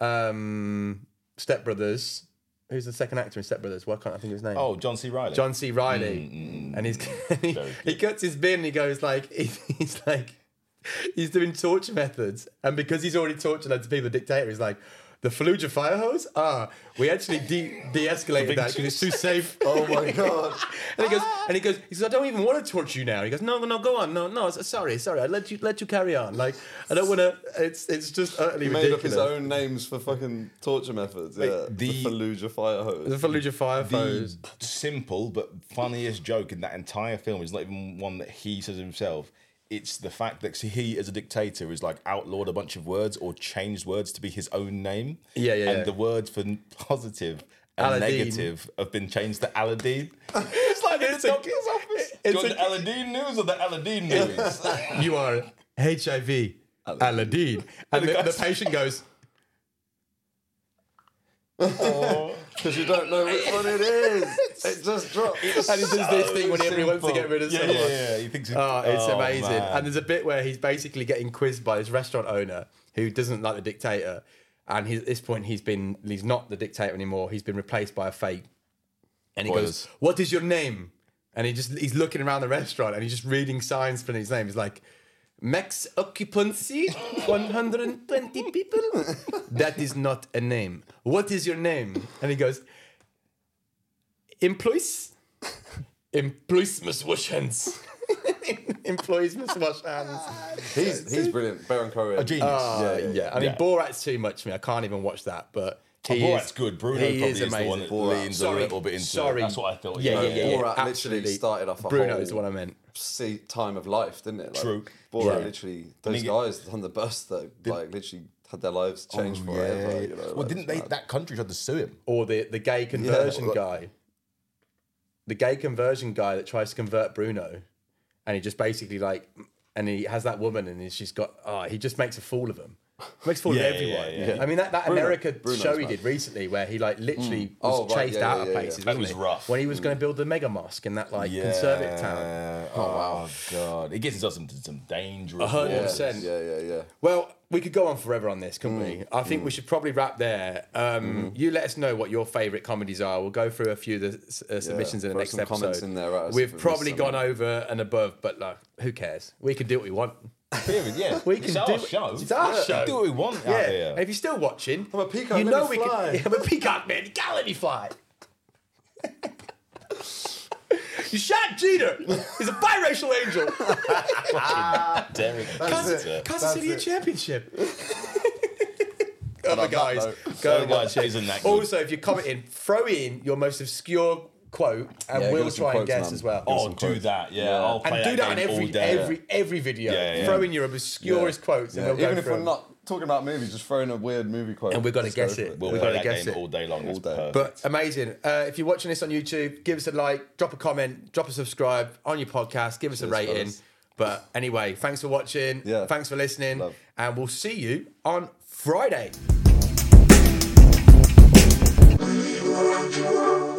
S1: um, Step Brothers. Who's the second actor in Step Brothers? Why can't I think of his name?
S4: oh, John C. Riley.
S1: John C.
S4: Mm,
S1: Riley, and he's he, he cuts his beard and he goes like he- he's like he's doing torture methods, and because he's already tortured loads of people, the dictator is like. The Fallujah fire hose? Ah, we actually de- de-escalated that because it's too safe. Oh my god! and he goes,
S4: Ah.
S1: and he goes, he says, I don't even want to torture you now. He goes, No, no, go on, no, no, s- sorry, sorry, I let you let you carry on. Like, I don't want to. It's it's just utterly
S3: He made up
S1: ridiculous.
S3: his own names for fucking torture methods. Yeah, the,
S4: the-
S3: Fallujah fire hose.
S1: The Fallujah fire hose.
S4: the simple but funniest joke in that entire film is not even one that he says himself. It's the fact that he, as a dictator, is like outlawed a bunch of words or changed words to be his own name.
S1: Yeah, yeah,
S4: And
S1: yeah.
S4: the words for n- positive and
S1: Aladdin.
S4: negative have been changed to Aladdin. it's like in the
S1: a-
S4: doctor's office.
S1: it's
S4: Do you want
S1: a-
S4: the Aladdin news or the Aladdin news?
S1: you are HIV Aladdin. And the, the patient goes,
S3: Because you don't know which one it is. It just dropped.
S1: and he does this thing whenever he wants to get rid of
S4: yeah,
S1: someone.
S4: yeah, yeah. He thinks
S1: Oh, it's
S4: oh,
S1: amazing.
S4: man.
S1: And there's a bit where he's basically getting quizzed by this restaurant owner who doesn't like the dictator. And he, at this point, he's been he's not the dictator anymore. He's been replaced by a fake. And he
S4: Spoilers.
S1: goes, "What is your name?" And he just he's looking around the restaurant and he's just reading signs for his name. He's like, "Max occupancy, 120 people." that is not a name. What is your name? And he goes, "Employees." Employees must wash hands. Employees must wash hands.
S3: He's, he's brilliant. Baron Cohen.
S4: a genius.
S1: Uh, yeah, I mean,
S4: Yeah. Oh,
S1: Borat's too much for me. I can't even watch that, but. He
S4: Borat's
S1: is,
S4: good. Bruno
S1: he
S4: probably
S1: is
S4: is, the one
S1: amazing.
S4: that
S3: Borat.
S4: leans
S1: Sorry,
S4: a little bit into
S1: sorry.
S4: it. That's what I thought.
S1: Yeah, yeah, yeah. yeah.
S3: Borat literally
S1: absolutely.
S3: started off a
S1: Bruno
S3: whole-
S1: is what I meant.
S3: See, time of life, didn't it? Like,
S4: True.
S3: Borat
S1: Yeah.
S3: literally, those
S4: mean,
S3: guys on the bus that like literally had their lives changed forever. You know,
S4: Oh, well,
S3: like,
S4: didn't they? That country tried to sue him.
S1: Or the, the gay conversion guy. The gay conversion guy that tries to convert Bruno. And he just basically, like, and he has that woman, and he- she's got. Oh, he just makes a fool of them. Makes a fool
S4: Yeah,
S1: of
S4: yeah,
S1: everyone.
S4: yeah,
S1: I mean, that, that
S3: Bruno-
S1: America
S3: Bruno's
S1: show he
S3: mad.
S1: did recently, where he like literally
S3: Oh,
S1: was
S3: right,
S1: chased
S3: yeah,
S1: out
S3: yeah,
S1: of
S3: yeah,
S1: places.
S3: yeah.
S4: That
S1: wasn't
S4: was
S1: he?
S4: rough.
S1: when he was going
S3: Mm.
S1: to build the mega mosque in that like conservative town.
S4: Oh, wow. God. It gets us into some dangerous.
S1: hundred
S4: waters.
S1: percent.
S3: Yeah, yeah, yeah.
S1: Well, we could go on forever on this, couldn't
S3: Mm.
S1: we? I think we should probably wrap there.
S3: Mm-hmm.
S1: Um, You let us know what your favourite comedies are. We'll go through a few of the s- uh, submissions in the
S3: throw
S1: next
S3: some
S1: episode.
S3: comments in there at us if
S1: We've
S3: we missed
S1: probably
S3: something.
S1: gone over and above, but like, who cares? We can do what we want.
S4: Period, yeah.
S1: We
S4: it's
S1: can
S4: our
S1: do
S4: show.
S1: It's our
S4: We
S1: show.
S4: do what we want
S1: Yeah.
S4: out here.
S1: And if you're still watching,
S3: I'm a peacock,
S1: You
S3: let
S1: know
S3: me
S1: we
S3: fly.
S1: can. I'm a peacock, man. You can't let me fly. you shot Jeter. He's a biracial angel.
S4: Derek
S1: Kansas,
S4: Jeter.
S1: Kansas City a championship. Other guys, go
S4: Go
S1: and watch
S4: guys,
S1: it.
S4: isn't that good?
S1: Also, if you're commenting, throw in your most obscure quote, and
S3: Yeah, give
S1: we'll
S3: us some
S1: try and
S3: quotes,
S1: guess
S3: man.
S1: as well.
S3: Give us
S4: Oh,
S3: some
S4: do
S3: quotes.
S4: that, yeah. I'll play
S1: and do that in
S4: game all
S1: every
S4: day.
S1: every every video.
S4: Yeah, yeah.
S1: Throw in your obscurest quotes, and
S3: Yeah,
S1: we'll go
S3: Even if
S1: through
S3: we're
S1: them.
S3: not talking about movies, just throwing a weird movie quote.
S1: And we've got to
S3: Just go
S1: guess
S3: for
S1: it.
S4: We'll
S1: Yeah.
S4: play
S1: I
S4: that
S1: guess
S4: game
S1: it.
S4: all day long. All
S3: day.
S4: day.
S1: But amazing. Uh, if you're watching this on YouTube, give us a like, drop a comment, drop a subscribe on your podcast, give us a
S3: Cheers,
S1: rating.
S3: fellas.
S1: But anyway, thanks for watching.
S3: Yeah.
S1: Thanks for listening.
S3: Love.
S1: And we'll see you on Friday.
S2: Thank